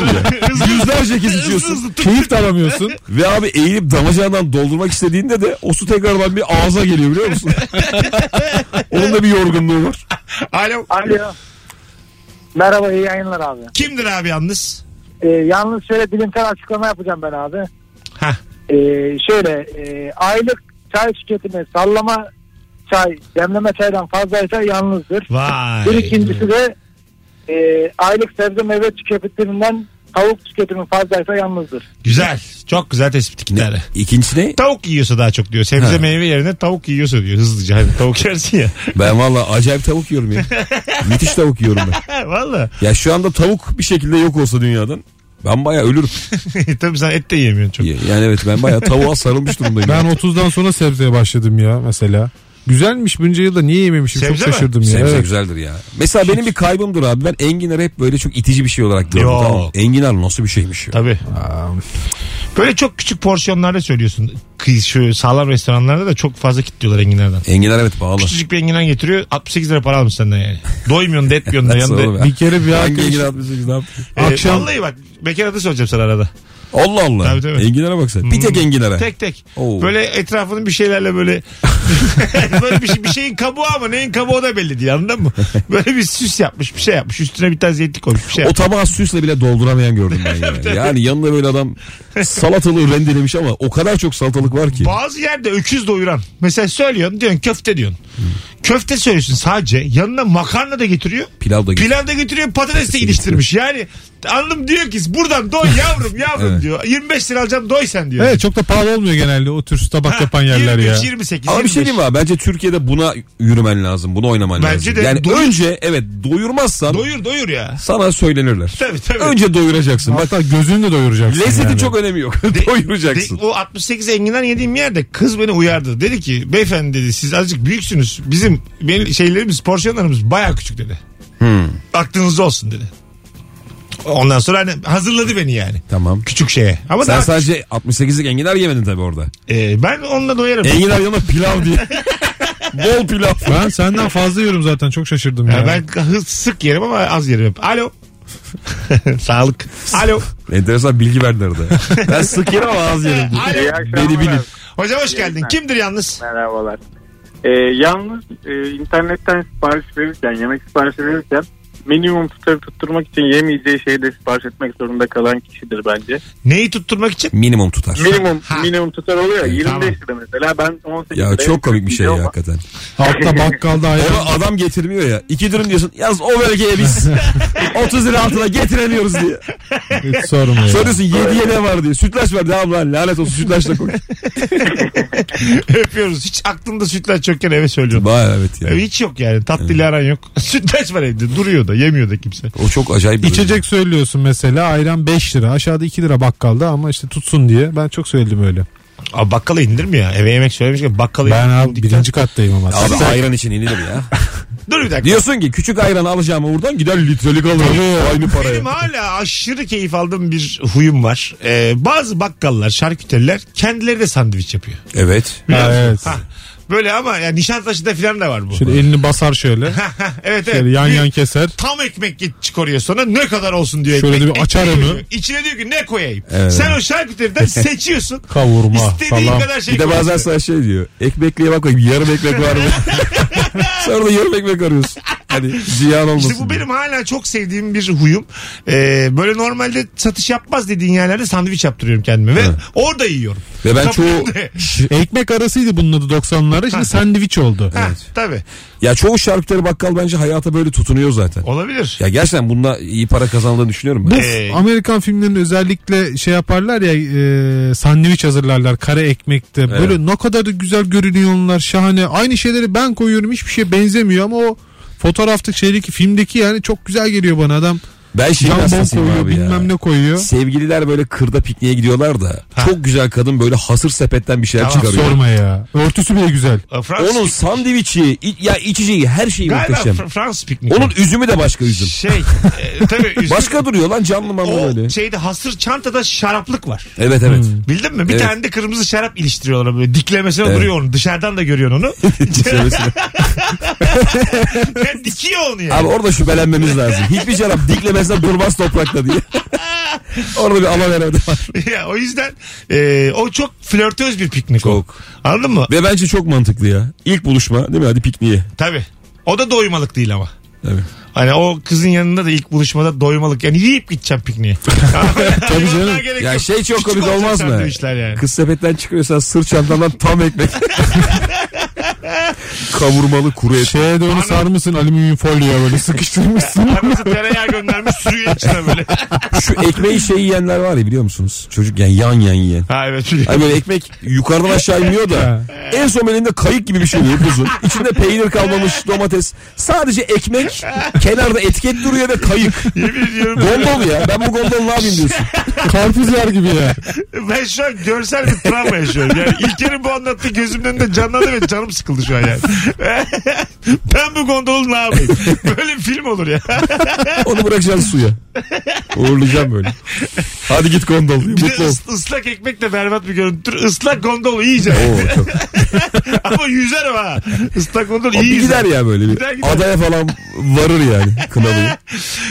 D: ya. Yüzlerce kez içiyorsun.
C: Keyif de alamıyorsun.
D: Ve abi eğilip damacağından doldurmak istediğinde de o su tekrardan bir ağza geliyor biliyor musun? Onun da bir yorgunluğu var.
B: Alo.
I: Alo. Merhaba iyi yayınlar abi.
B: Kimdir abi yalnız?
I: Ee, yalnız şöyle bilimsel açıklama yapacağım ben abi.
B: Hah.
I: Ee, şöyle e, aylık çay tüketimi sallama çay demleme çaydan fazlaysa yalnızdır.
B: Vay.
I: Bir ikincisi de e, aylık sebze meyve tüketiminden tavuk tüketimi fazlaysa yalnızdır.
B: Güzel. Çok güzel tespit iki tane.
D: İkincisi ne?
B: Tavuk yiyorsa daha çok diyor. Sebze
D: Ha.
B: meyve yerine tavuk yiyorsa diyor hızlıca. Hani tavuk yersin ya.
D: Ben valla acayip tavuk yiyorum ya. Müthiş tavuk yiyorum ben.
B: Valla.
D: Ya şu anda tavuk bir şekilde yok olsa dünyadan ben bayağı ölürüm.
B: Tabii sen et de yemiyorsun çok.
D: Yani evet ben bayağı tavuğa sarılmış durumdayım.
C: Ben 30'dan sonra sebzeye başladım ya mesela. Güzelmiş bunca yılda niye yememişim
B: Sebze mi?
C: çok şaşırdım ya.
D: Sebze
C: Evet.
D: güzeldir ya. Mesela benim bir kaybımdır abi. Ben enginarı hep böyle çok itici bir şey olarak gördüm.
B: Yok.
D: Tamam. mı? Enginar nasıl bir şeymiş ya?
B: Tabii. Böyle çok küçük porsiyonlarda söylüyorsun. Kıy, şu sağlam restoranlarda da çok fazla kitliyorlar enginardan.
D: Enginar evet pahalı.
B: Küçücük bir enginar getiriyor 68 lira para almış senden yani. Doymuyorsun da etmiyorsun da
D: Nasıl oğlum
B: yanında.
D: ya?
C: Bir kere bir
D: Hangi
C: arkadaş
D: enginar 68 ne yaptı?
B: Ee,
C: Akşam-
B: Vallahi bak bekar adı söyleyeceğim sana arada.
D: Allah Allah.
B: Tabii, tabii.
D: Enginara bak sen. Bir Hmm. tek enginara.
B: Tek tek.
D: Oo.
B: Böyle etrafının bir şeylerle böyle böyle bir, şey- bir şeyin kabuğu ama neyin kabuğu da belli değil anladın mı? Böyle bir süs yapmış bir şey yapmış. Üstüne bir tane zeytin koymuş bir şey
D: O
B: yapmış.
D: tabağı süsle bile dolduramayan gördüm ben yani. yani yanında böyle adam salatalığı rendelemiş ama o kadar çok salatalık var ki.
B: Bazı yerde öküz doyuran. Mesela söylüyorsun diyorsun köfte diyorsun. Köfte söylüyorsun sadece. Yanına makarna da getiriyor.
D: Pilav da gitti.
B: Pilav da getiriyor patates de iliştirmiş. Yani anladım diyor ki buradan doy yavrum yavrum
D: Evet.
B: diyor. 25 lira alacağım doy sen diyor.
C: Evet çok da pahalı olmuyor genelde o tür tabak yapan yerler ya.
B: 28,
D: Ama bir şey diyeyim mi abi? Bence Türkiye'de buna yürümen lazım. Buna oynaman
B: Bence
D: lazım.
B: de
D: yani
B: doyur-
D: önce evet doyurmazsan
B: Doyur doyur ya.
D: sana söylenirler.
B: Tabii tabii.
D: Önce doyuracaksın. Bak
C: Hatta gözünü de doyuracaksın.
D: lezzetin
C: yani.
D: çok önemi yok. Doyuracaksın.
B: De- o 68 enginar yediğim yerde kız beni uyardı. Dedi ki beyefendi dedi siz azıcık büyüksünüz. Bizim benim şeylerimiz porsiyonlarımız baya küçük dedi. Aklınızda olsun dedi. Ondan sonra hani hazırladı beni yani.
D: Tamam.
B: Küçük şeye. Ama
D: Sen
B: daha-
D: sadece 68'lik enginar yemedin tabii orada.
B: e, ben onunla doyarım.
D: Enginar yanında pilav diye. Bol pilav.
C: Ben senden fazla yiyorum zaten çok şaşırdım ya.
B: Ya ben hız sık yerim ama az yerim hep. Alo. Sağlık. Alo.
D: Enteresan bilgi verdiler de. ben sık yerim ama az yerim diye.
B: Alo.
D: Beni bilin.
B: Hocam hoş geldin. Kimdir yalnız?
I: Merhabalar. Ee, yalnız e, internetten sipariş verirken yemek sipariş verirken minimum tutarı tutturmak için yemeyeceği şeyi de sipariş etmek zorunda kalan kişidir bence.
B: Neyi tutturmak için?
D: Minimum tutar.
I: Minimum
B: Ha.
I: minimum tutar oluyor ya 25
B: Tamam.
I: lira mesela ben 18
D: Ya
I: liraya
D: çok komik bir şey ya
I: ama
D: hakikaten.
C: Altta bakkalda ayran.
D: Ona adam getirmiyor ya. İki dürüm diyorsun. Yalnız o bölgeye biz 30 lira altına getiremiyoruz diye.
C: Hiç sorma ya.
D: Soruyorsun yediye ne var diye. Sütlaç var. Devam lan lanet olsun sütlaç da koy.
B: Öpüyoruz. Hiç aklımda sütler çokken eve söylüyorum.
D: Vay evet ya.
B: Ev hiç yok yani. Tatlıyla aran yok. Sütlaç var evde. Duruyor da yemiyor da kimse.
D: O çok acayip bir durum.
C: İçecek söylüyorsun mesela ayran 5 lira aşağıda 2 lira bakkalda ama işte tutsun diye ben çok söyledim öyle.
B: Abi bakkala indir mi ya? Eve yemek söylemişken bakkala
C: Ben abi
B: indirdikten-
C: birinci kattayım ama.
D: Abi ayran için inilir ya.
B: Dur bir dakika.
D: Diyorsun ki küçük ayranı alacağım oradan gider litrelik alırım. Aynı paraya.
B: Benim hala aşırı keyif aldığım bir huyum var. Ee, bazı bakkallar, şarküteriler kendileri de sandviç yapıyor.
D: Evet.
C: Ha, evet.
B: Ha, böyle ama yani Nişantaşı'da falan da var bu.
C: Şöyle elini basar şöyle.
B: evet evet.
C: Şöyle yan
B: Bir
C: yan keser.
B: Tam ekmek git çıkarıyor sonra ne kadar olsun diyor
C: Şöyle
B: ekmek.
C: de bir açar
B: Ekmek
C: onu.
B: koyuyor. İçine diyor ki ne koyayım. Sen o şarküteriden seçiyorsun.
C: Kavurma
B: İstediğin
C: falan.
B: kadar şey
D: Bir de bazen
B: koyuyorsun.
D: sana şey diyor. Ekmekliye bak bakayım yarım ekmek var mı? Sonra da yarım ekmek arıyorsun. Hani ziyan olmasın.
B: İşte bu benim hala çok sevdiğim bir huyum. Ee, böyle normalde satış yapmaz dediğin yerlerde sandviç yaptırıyorum kendime ve orada yiyorum.
D: Ve ben
B: Kapının
D: çoğu
B: önünde.
C: Ekmek arasıydı bunun adı 90'larda. Şimdi sandviç oldu.
B: Ha, Tabii.
D: ya çoğu şarküteri bakkal bence hayata böyle tutunuyor zaten.
B: Olabilir.
D: Ya gerçekten bununla iyi para kazandığını düşünüyorum
C: Bu
D: ben.
B: Ee,
C: Amerikan filmlerinde özellikle şey yaparlar ya e, sandviç hazırlarlar kare ekmekte. Böyle ne kadar da güzel görünüyor onlar şahane. Aynı şeyleri ben koyuyorum hiçbir şeye benzemiyor ama o fotoğraftaki şeydeki filmdeki yani çok güzel geliyor bana adam.
D: Ben şey
C: Jambon
D: hastasıyım
C: koyuyor
D: abi ya.
C: bilmem ne koyuyor.
D: Sevgililer böyle kırda pikniğe gidiyorlar da çok güzel kadın böyle hasır sepetten bir şeyler
B: Tamam,
D: çıkarıyor.
C: Sorma ya. Örtüsü bile güzel.
B: Ee, Fransız,
D: Onun sandviçi, i- ya içeceği her şeyi
B: galiba
D: muhteşem.
B: Fr- Fransız pikniği.
D: Onun üzümü de başka üzüm.
B: şey e, tabii üzüm-
D: Başka duruyor lan canlı manlı
B: o şey-
D: öyle.
B: şeyde hasır çantada şaraplık var.
D: Evet evet.
B: Bildin mi? Bir
D: Hmm. Evet.
B: tane de kırmızı şarap iliştiriyorlar böyle diklemesine
D: Evet.
B: duruyor onu. Dışarıdan da görüyorsun onu.
D: Sevmesine.
B: Yani dikiyor onu yani.
D: Abi orada şüphelenmemiz lazım. Hiçbir şarap diklemezse durmaz toprakta diye. orada bir alan herhalde var.
B: Ya, o yüzden e, o çok flörtöz bir piknik o.
D: Çok.
B: Anladın mı?
D: Ve bence çok mantıklı ya. İlk buluşma değil mi? Hadi pikniğe.
B: Tabii. O da doymalık değil ama.
D: Tabii.
B: Hani o kızın yanında da ilk buluşmada doymalık. Yani yiyip gideceğim pikniğe. Tabii
D: canım. Ya şey çok komik olmaz mı?
B: Yani.
D: Kız sepetten çıkıyorsan sır çantandan tam ekmek. Kavurmalı kuru et.
C: Şeye doğru sarmışsın alüminyum folyoya Şey böyle sıkıştırmışsın.
B: Anası tereyağı göndermiş suyu içine böyle.
D: Şu ekmeği şey yiyenler var ya biliyor musunuz? Çocuk yani yan yan yiyen.
B: Ha evet.
D: Hani böyle ekmek yukarıdan aşağı iniyor da en son elinde kayık gibi bir şey oluyor uzun. İçinde peynir kalmamış domates. Sadece ekmek kenarda etiket duruyor ve kayık.
B: Yemin ediyorum.
D: Gondol ya. Ben bu gondol ne yapayım diyorsun.
C: Karpuz yer gibi ya.
B: Ben şu an görsel bir travma yaşıyorum. Yani İlker'in bu anlattığı gözümün önünde canlandı ve canım sıkıldı şu an yani. ben bu gondolu ne yapayım? Böyle bir film olur ya.
D: Onu bırakacağım suya. Uğurlayacağım böyle. Hadi git gondol.
B: Bir de
D: Mutlu ol.
B: ıs- ıslak ekmek de berbat bir görüntü. Islak gondolu iyice.
D: Oo, çok.
B: Ama yüzer o ha. Islak gondolu iyi
D: O bir
B: yüzer.
D: gider ya böyle bir.
B: Gider, gider.
D: Adaya falan varır yani kınavıyı.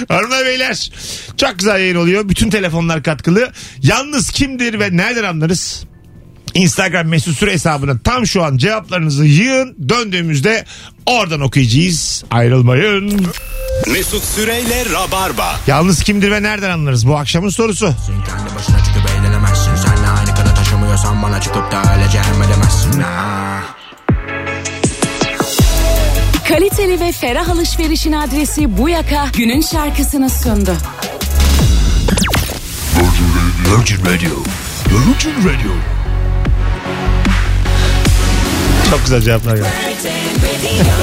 B: Hanımlar beyler çok güzel yayın oluyor. Bütün telefonlar katkılı. Yalnız kimdir ve nereden anlarız? Instagram mesut süre hesabına tam şu an cevaplarınızı yığın. Döndüğümüzde oradan okuyacağız. Ayrılmayın.
A: Mesut Süreyle Rabarba.
B: Yalnız kimdir ve nereden anlarız bu akşamın sorusu.
J: Kendi başına çıkıp eğlenemezsin Senle aynı kanı taşımıyorsan bana çıkıp da öylece hem edemezsin ha.
K: Kaliteli ve ferah alışverişin adresi bu yaka günün şarkısını sundu.
B: Çok güzel cevaplar geldi.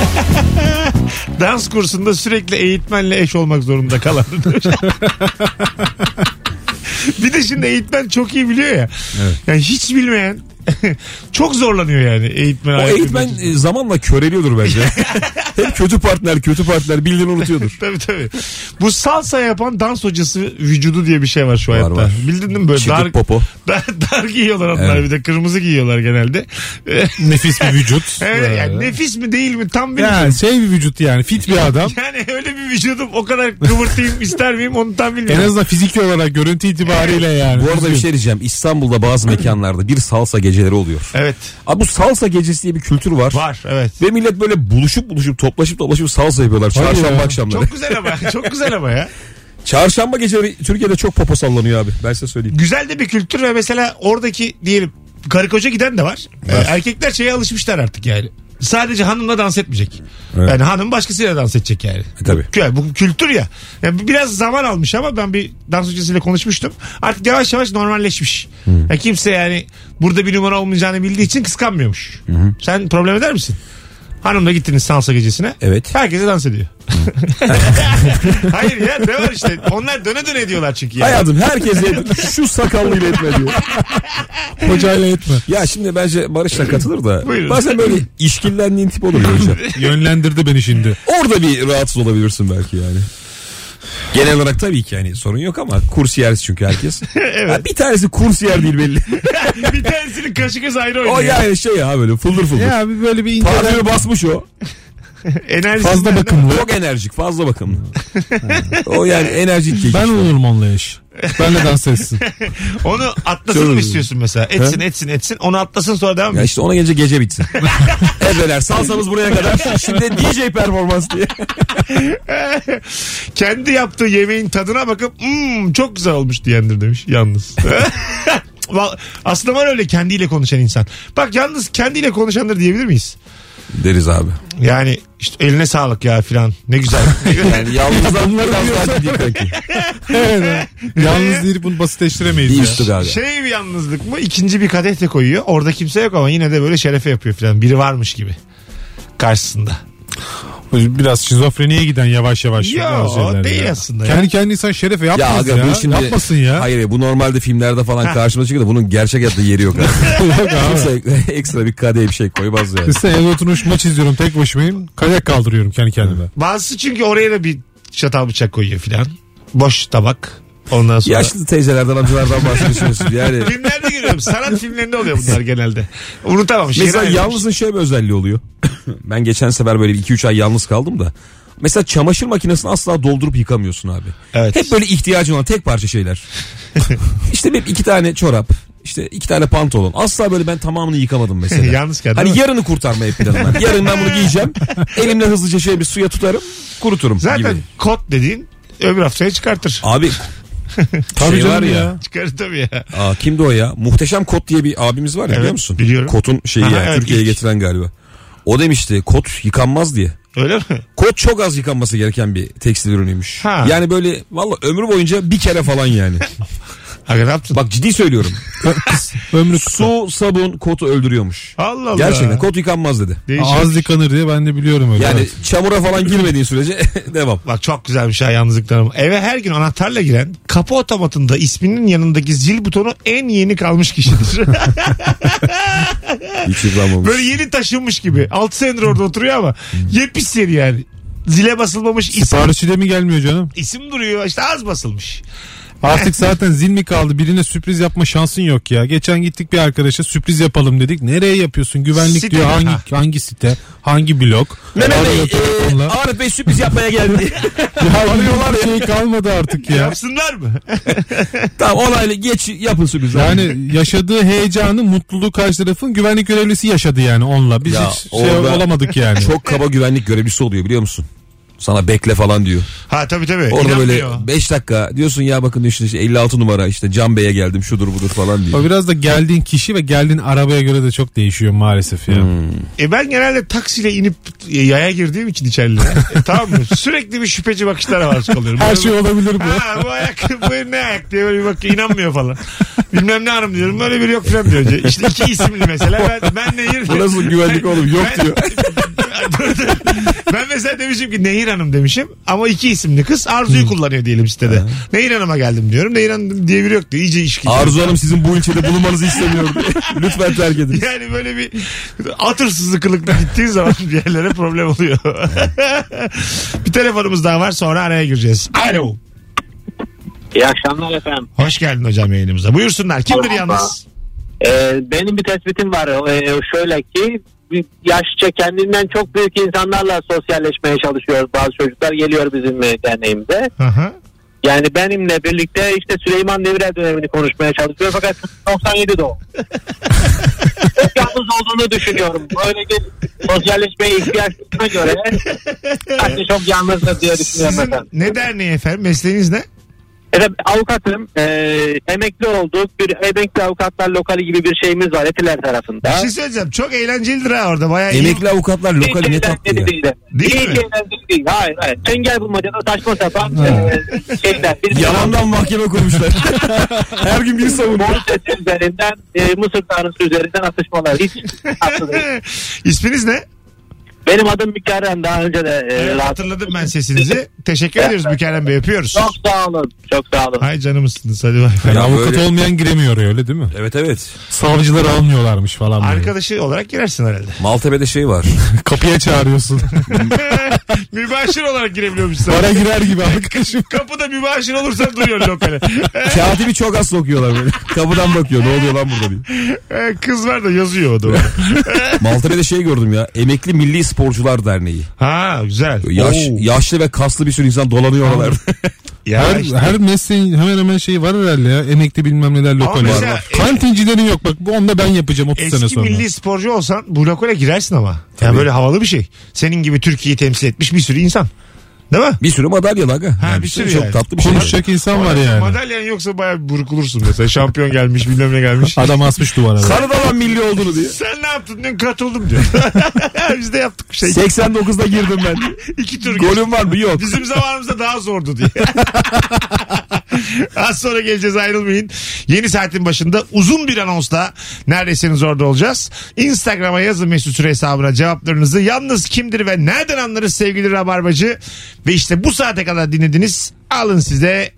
B: Dans kursunda sürekli eğitmenle eş olmak zorunda kalan. bir de şimdi eğitmen çok iyi biliyor ya. Yani hiç bilmeyen çok zorlanıyor yani eğitmen.
D: O
B: hayatında.
D: eğitmen e, zamanla köreliyordur bence. Hep kötü partner kötü partner bildiğini unutuyordur.
B: Tabii tabii. Bu salsa yapan dans hocası vücudu diye bir şey var şu hayatta.
D: var.
B: Bildin mi böyle dar,
D: Çıkıp popo.
B: dar, dar giyiyorlar onlar
D: Evet.
B: bir de kırmızı giyiyorlar genelde.
C: Nefis bir vücut.
B: evet, yani nefis mi değil mi tam bilmiyorum.
C: Yani şey bir vücut yani fit bir adam.
B: Yani öyle bir vücudum o kadar kıvırtayım ister miyim onu tam
C: En
B: bilmiyorum.
C: azından fiziki olarak görüntü itibariyle yani.
D: Bu arada bir şey diyeceğim. İstanbul'da bazı mekanlarda bir salsa geceleri oluyor.
B: Evet.
D: Abi bu salsa gecesi diye bir kültür var.
B: Var evet.
D: Ve millet böyle buluşup buluşup toplaşıp toplaşıp salsa yapıyorlar çarşamba
C: ya.
D: akşamları.
B: Çok güzel ama çok güzel ama ya.
D: Çarşamba geceleri Türkiye'de çok popo sallanıyor abi. Ben size söyleyeyim.
B: Güzel de bir kültür ve mesela oradaki diyelim karı koca giden de var. Ee, Erkekler şeye alışmışlar artık yani. Sadece hanımla dans etmeyecek. Yani hanım başkasıyla dans edecek yani.
D: E, tabii.
B: Yani bu kültür ya. Yani biraz zaman almış ama ben bir dans hocasıyla konuşmuştum. Artık yavaş yavaş normalleşmiş. Ya kimse yani burada bir numara olmayacağını bildiği için kıskanmıyormuş. Sen problem eder misin? Hanımla gittiniz salsa gecesine.
D: Evet.
B: Herkese dans ediyor. Hayır ya ne var işte. Onlar döne döne ediyorlar çünkü. Yani.
D: Hayatım herkes yedi. şu sakallıyla etme diyor.
C: Yapacağıyla etme.
D: Ya şimdi bence Barış'la katılır da bazen böyle işkillendiğin tip olur ya hocam.
C: Yönlendirdi beni şimdi.
D: Orada bir rahatsız olabilirsin belki yani. Genel olarak tabii ki yani sorun yok ama kursiyer çünkü herkes. Ha, bir tanesi kursiyer değil belli.
B: bir tanesinin kaşı göz ayrı oynuyor.
D: o yani şey ya böyle fıldır fıldır.
C: Ya bir böyle bir
D: Parfümü
C: incelen.
D: basmış o.
B: Enerjisi
C: Fazla
B: nerede?
C: bakımlı.
D: Çok enerjik fazla bakımlı. o yani enerjik çekiş.
C: Ben olurum onunla eş. Benle dans etsin.
B: Onu atlasın
D: Çok-
B: mı istiyorsun mesela? Etsin etsin etsin. Onu atlasın sonra devam
D: Ya
B: et.
D: işte ona gelince gece bitsin. Ebeler salsanız buraya kadar. Şimdi DJ performans diye.
B: Kendi yaptığı yemeğin tadına bakıp "Hmm, çok güzel olmuş diyendir demiş yalnız. Val- Aslında var öyle kendiyle konuşan insan. Bak yalnız kendiyle konuşandır diyebilir miyiz?
D: Deriz abi.
B: Yani işte eline sağlık ya filan. Ne güzel.
D: Yani yalnızdan biraz daha ciddi kanki.
C: Evet. Yalnız değil bunu basitleştiremeyiz.
D: İyi
C: ya.
D: üstü abi.
B: şey bir yalnızlık mı? İkinci bir kadeh de koyuyor. Orada kimse yok ama yine de böyle şerefe yapıyor filan. Biri varmış gibi. Karşısında.
C: Biraz şizofreniye giden yavaş yavaş.
B: Yo,
C: bazı şeyler
B: değil
C: ya.
B: aslında ya.
C: Kendi kendine insan şerefe
D: Ya
C: yapmaz ya.
D: aga bu şimdi
C: Yapmasın ya.
D: Hayır hayır, bu normalde filmlerde falan karşıma çıkıyor da bunun gerçek hayatta yeri yok abi.
C: Yok abi.
D: Kimse ekstra bir kadeh bir şey koymaz yani.
C: Üstüne evde oturmuş maç izliyorum tek başımayım. Kayak kaldırıyorum kendi kendime.
B: Bazısı çünkü oraya da bir çatal bıçak koyuyor filan. Boş tabak. Ondan sonra.
D: Yaşlı teyzelerden amcalardan bahsediyorsunuz yani.
B: Filmlerde görüyorum. Sanat filmlerinde oluyor bunlar genelde. Unutamam.
C: şey
B: şehir
D: Mesela
B: ayrılmış.
D: yalnızın şöyle bir özelliği oluyor. ben geçen sefer böyle 2-3 ay yalnız kaldım da. Mesela çamaşır makinesini asla doldurup yıkamıyorsun abi.
B: Evet.
D: Hep böyle ihtiyacın olan tek parça şeyler. işte bir iki tane çorap. işte iki tane pantolon. Asla böyle ben tamamını yıkamadım mesela.
B: Yalnız kaldı, değil
D: Hani
B: mi?
D: yarını kurtarmaya planım var. Yarın ben bunu giyeceğim. Elimle hızlıca şöyle bir suya tutarım. Kuruturum
B: Zaten
D: gibi.
B: kot dediğin öbür haftaya çıkartır.
D: Abi
C: Tabii
D: Şey
C: canım
D: var
C: ya.
D: ya.
B: Çıkarır tabii ya.
D: aa, kimdi o ya? Muhteşem Kot diye bir abimiz var ya biliyor musun?
B: biliyorum.
D: Kot'un şeyi
B: Aha,
D: yani
B: evet,
D: Türkiye'ye
B: ilk.
D: getiren galiba. O demişti kot yıkanmaz diye.
B: Öyle mi?
D: Kot çok az yıkanması gereken bir tekstil ürünüymüş.
B: Ha.
D: Yani böyle valla ömür boyunca bir kere falan yani.
B: Aga ne yaptın?
D: Bak ciddi söylüyorum.
C: Ömrü su
D: Su, sabun, kotu öldürüyormuş.
B: Allah Allah.
D: Gerçekten kot yıkanmaz dedi.
B: Değişik.
C: az yıkanır diye ben de biliyorum öyle.
D: Yani
C: Evet.
D: çamura falan girmediğin sürece devam.
B: Bak çok güzelmiş ha yalnızlıklarım. Eve her gün anahtarla giren kapı otomatında isminin yanındaki zil butonu en yeni kalmış kişidir.
D: Hiç yıpranmamış.
B: Böyle yeni taşınmış gibi. 6 senedir orada oturuyor ama yepis seri yani. Zile basılmamış isim,
C: Siparişi de mi gelmiyor canım?
B: isim duruyor işte az basılmış.
C: Artık zaten zil mi kaldı birine sürpriz yapma şansın yok ya. Geçen gittik bir arkadaşa sürpriz yapalım dedik. Nereye yapıyorsun? Güvenlik
B: Site
C: diyor
B: mi?
C: hangi
B: Ha.
C: hangi site? Hangi blok?
D: Mehmet Bey,
C: Arıyor telefonla.
D: e, Arif Bey sürpriz yapmaya geldi.
C: Ya bir şey kalmadı artık ya.
B: Yapsınlar mı?
D: tamam olayla geç yapın sürpriz.
C: Yani yaşadığı heyecanı, mutluluğu karşı tarafın güvenlik görevlisi yaşadı yani onunla. Biz
D: Ya
C: hiç şey
D: orada-
C: olamadık yani.
D: Çok kaba güvenlik görevlisi oluyor biliyor musun? Sana bekle falan diyor.
B: Ha tabii tabii.
D: Orada böyle
B: İnanmıyor.
D: 5 dakika diyorsun ya bakın işte, işte 56 numara işte Can Bey'e geldim şudur budur falan diyor.
C: O biraz da geldiğin kişi ve geldiğin arabaya göre de çok değişiyor maalesef ya.
B: E ben genelde taksiyle inip e, yaya girdiğim için içerilere. E, tamam mı? Sürekli bir şüpheci bakışlara maruz kalıyorum.
C: Her
B: Böyle-
C: şey olabilir bu.
B: Ha, bu ayak bu ne ayak diye böyle bir bakıyor inanmıyor falan. Bilmem ne hanım diyorum böyle biri yok falan diyor. önce. İşte iki isimli mesela ben, ben nehir.
D: Bu nasıl güvenlik oğlum yok
B: Ben-
D: diyor.
B: Dur, dur. ben mesela demişim ki Nehir Hanım demişim ama iki isimli kız
D: Hmm.
B: Arzu'yu kullanıyor diyelim sitede. Nehir Hanım'a geldim diyorum. Nehir Hanım diye biri yok diyor. İyice iş gidiyor.
D: Arzu Hanım sizin bu ilçede bulunmanızı istemiyorum. Lütfen terk edin.
B: Yani böyle bir atırsızlıklıkla gittiğin zaman bir yerlere problem oluyor. bir telefonumuz daha var sonra araya gireceğiz. Alo.
E: İyi akşamlar efendim.
B: Hoş geldin hocam yayınımıza. Buyursunlar. Kimdir
E: Merhaba.
B: yalnız?
E: Ee, benim bir tespitim var. Ee, şöyle ki yaşça kendinden çok büyük insanlarla sosyalleşmeye çalışıyoruz. Bazı çocuklar geliyor bizim e, derneğimize.
B: Aha.
E: Yani benimle birlikte işte Süleyman Demirel dönemini konuşmaya çalışıyor. Fakat 97 doğum. Çok yalnız olduğunu düşünüyorum. Böyle bir sosyalleşmeye ihtiyaçlarına göre bence çok yalnızdır diye düşünüyorum
B: Sizin
E: efendim.
B: ne derneği efendim? Mesleğiniz ne?
E: Efendim avukatım. Ee, emekli olduk. Bir emekli avukatlar lokali gibi bir şeyimiz var Etiler tarafında.
B: Bir şey söyleyeceğim. Çok eğlencelidir ha orada. Bayağı iyi-
D: Emekli avukatlar lokal ne tatlı ya.
E: Değil,
B: Değil mi?
E: eğlenceli değil. Hayır hayır. Engel bulmacada saçma sapan e, şeyler. Bir
D: Yalandan mahkeme kurmuşlar. Her gün biri savunuyor.
E: Sesi üzerinden e, Mısır tanrısı üzerinden atışmalar hiç haklı değil.
B: İsminiz ne?
E: Benim adım Mükerrem daha önce de. E,
B: Evet,
E: rahat-
B: hatırladım ben sesinizi. Teşekkür ediyoruz Mükerrem Bey. Öpüyoruz.
E: Çok sağ olun. Çok sağ olun.
B: Hay canımızsınız. Hadi bay bay.
C: Yani avukat
D: böyle-
C: olmayan giremiyor öyle değil mi?
D: Evet evet.
C: Savcıları almıyorlarmış falan böyle.
B: Arkadaşı olarak girersin herhalde.
D: Maltepe'de şey var.
C: Kapıya çağırıyorsun.
B: mübaşir olarak girebiliyormuşsun.
C: Para girer gibi arkadaşım.
B: Kapıda mübaşir olursan duyuyor lokale.
D: Katibi çok az sokuyorlar böyle. Kapıdan bakıyor ne oluyor lan burada diye.
B: Ee, Kız var da yazıyor o da.
D: Maltepe'de şey gördüm ya. Emekli Milli Sporcular Derneği.
B: ha güzel.
D: Yaş,
B: Oo.
D: yaşlı ve kaslı bir sürü insan dolanıyor oralarda.
B: Ya
C: Her,
B: işte.
C: her mesleğin hemen hemen şeyi var herhalde ya. Emekli bilmem neler lokal var.
B: mesela-
C: Kantincilerin yok bak. Bu onu da ben yapacağım 30 sene
B: Eski
C: sonra.
B: milli sporcu olsan bu lokale girersin ama. Yani böyle havalı bir şey. Senin gibi Türkiye'yi temsil etmiş bir sürü insan. Değil mi?
D: bir sürü madalyalı aga.
B: Ha,
D: Yani
B: bir sürü
D: çok
B: yani.
D: tatlı bir şey.
C: Konuşacak insan var yani.
B: Madalyan yoksa bayağı bir burkulursun mesela. Şampiyon gelmiş bilmem ne gelmiş.
C: Adam asmış duvara.
D: Sana da lan milli olduğunu diye.
B: Sen ne yaptın? Dün katıldım diyor. Biz de yaptık bir şey.
D: 89'da girdim ben.
B: İki tur geçti.
D: Golüm var mı? Yok.
B: Bizim zamanımızda daha zordu diye. Az sonra geleceğiz ayrılmayın. Yeni saatin başında uzun bir anonsla neredesiniz orada olacağız. Instagram'a yazın Mesut Süre hesabına cevaplarınızı. Yalnız kimdir ve nereden anlarız sevgili Rabarbacı? Ve işte bu saate kadar dinlediniz. Alın size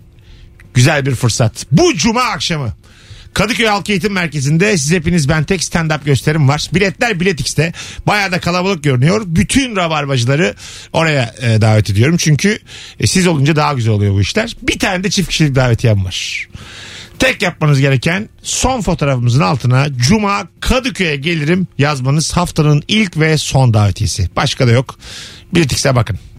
B: güzel bir fırsat. Bu cuma akşamı. Kadıköy Halk Eğitim Merkezi'nde siz hepiniz ben tek stand-up gösterim var. Biletler Bilet X'te. Bayağı da kalabalık görünüyor. Bütün rabarbacıları oraya e, davet ediyorum. Çünkü e, siz olunca daha güzel oluyor bu işler. Bir tane de çift kişilik davetiyem var. Tek yapmanız gereken son fotoğrafımızın altına Cuma Kadıköy'e gelirim yazmanız haftanın ilk ve son davetiyesi. Başka da yok. Bilet X'e bakın.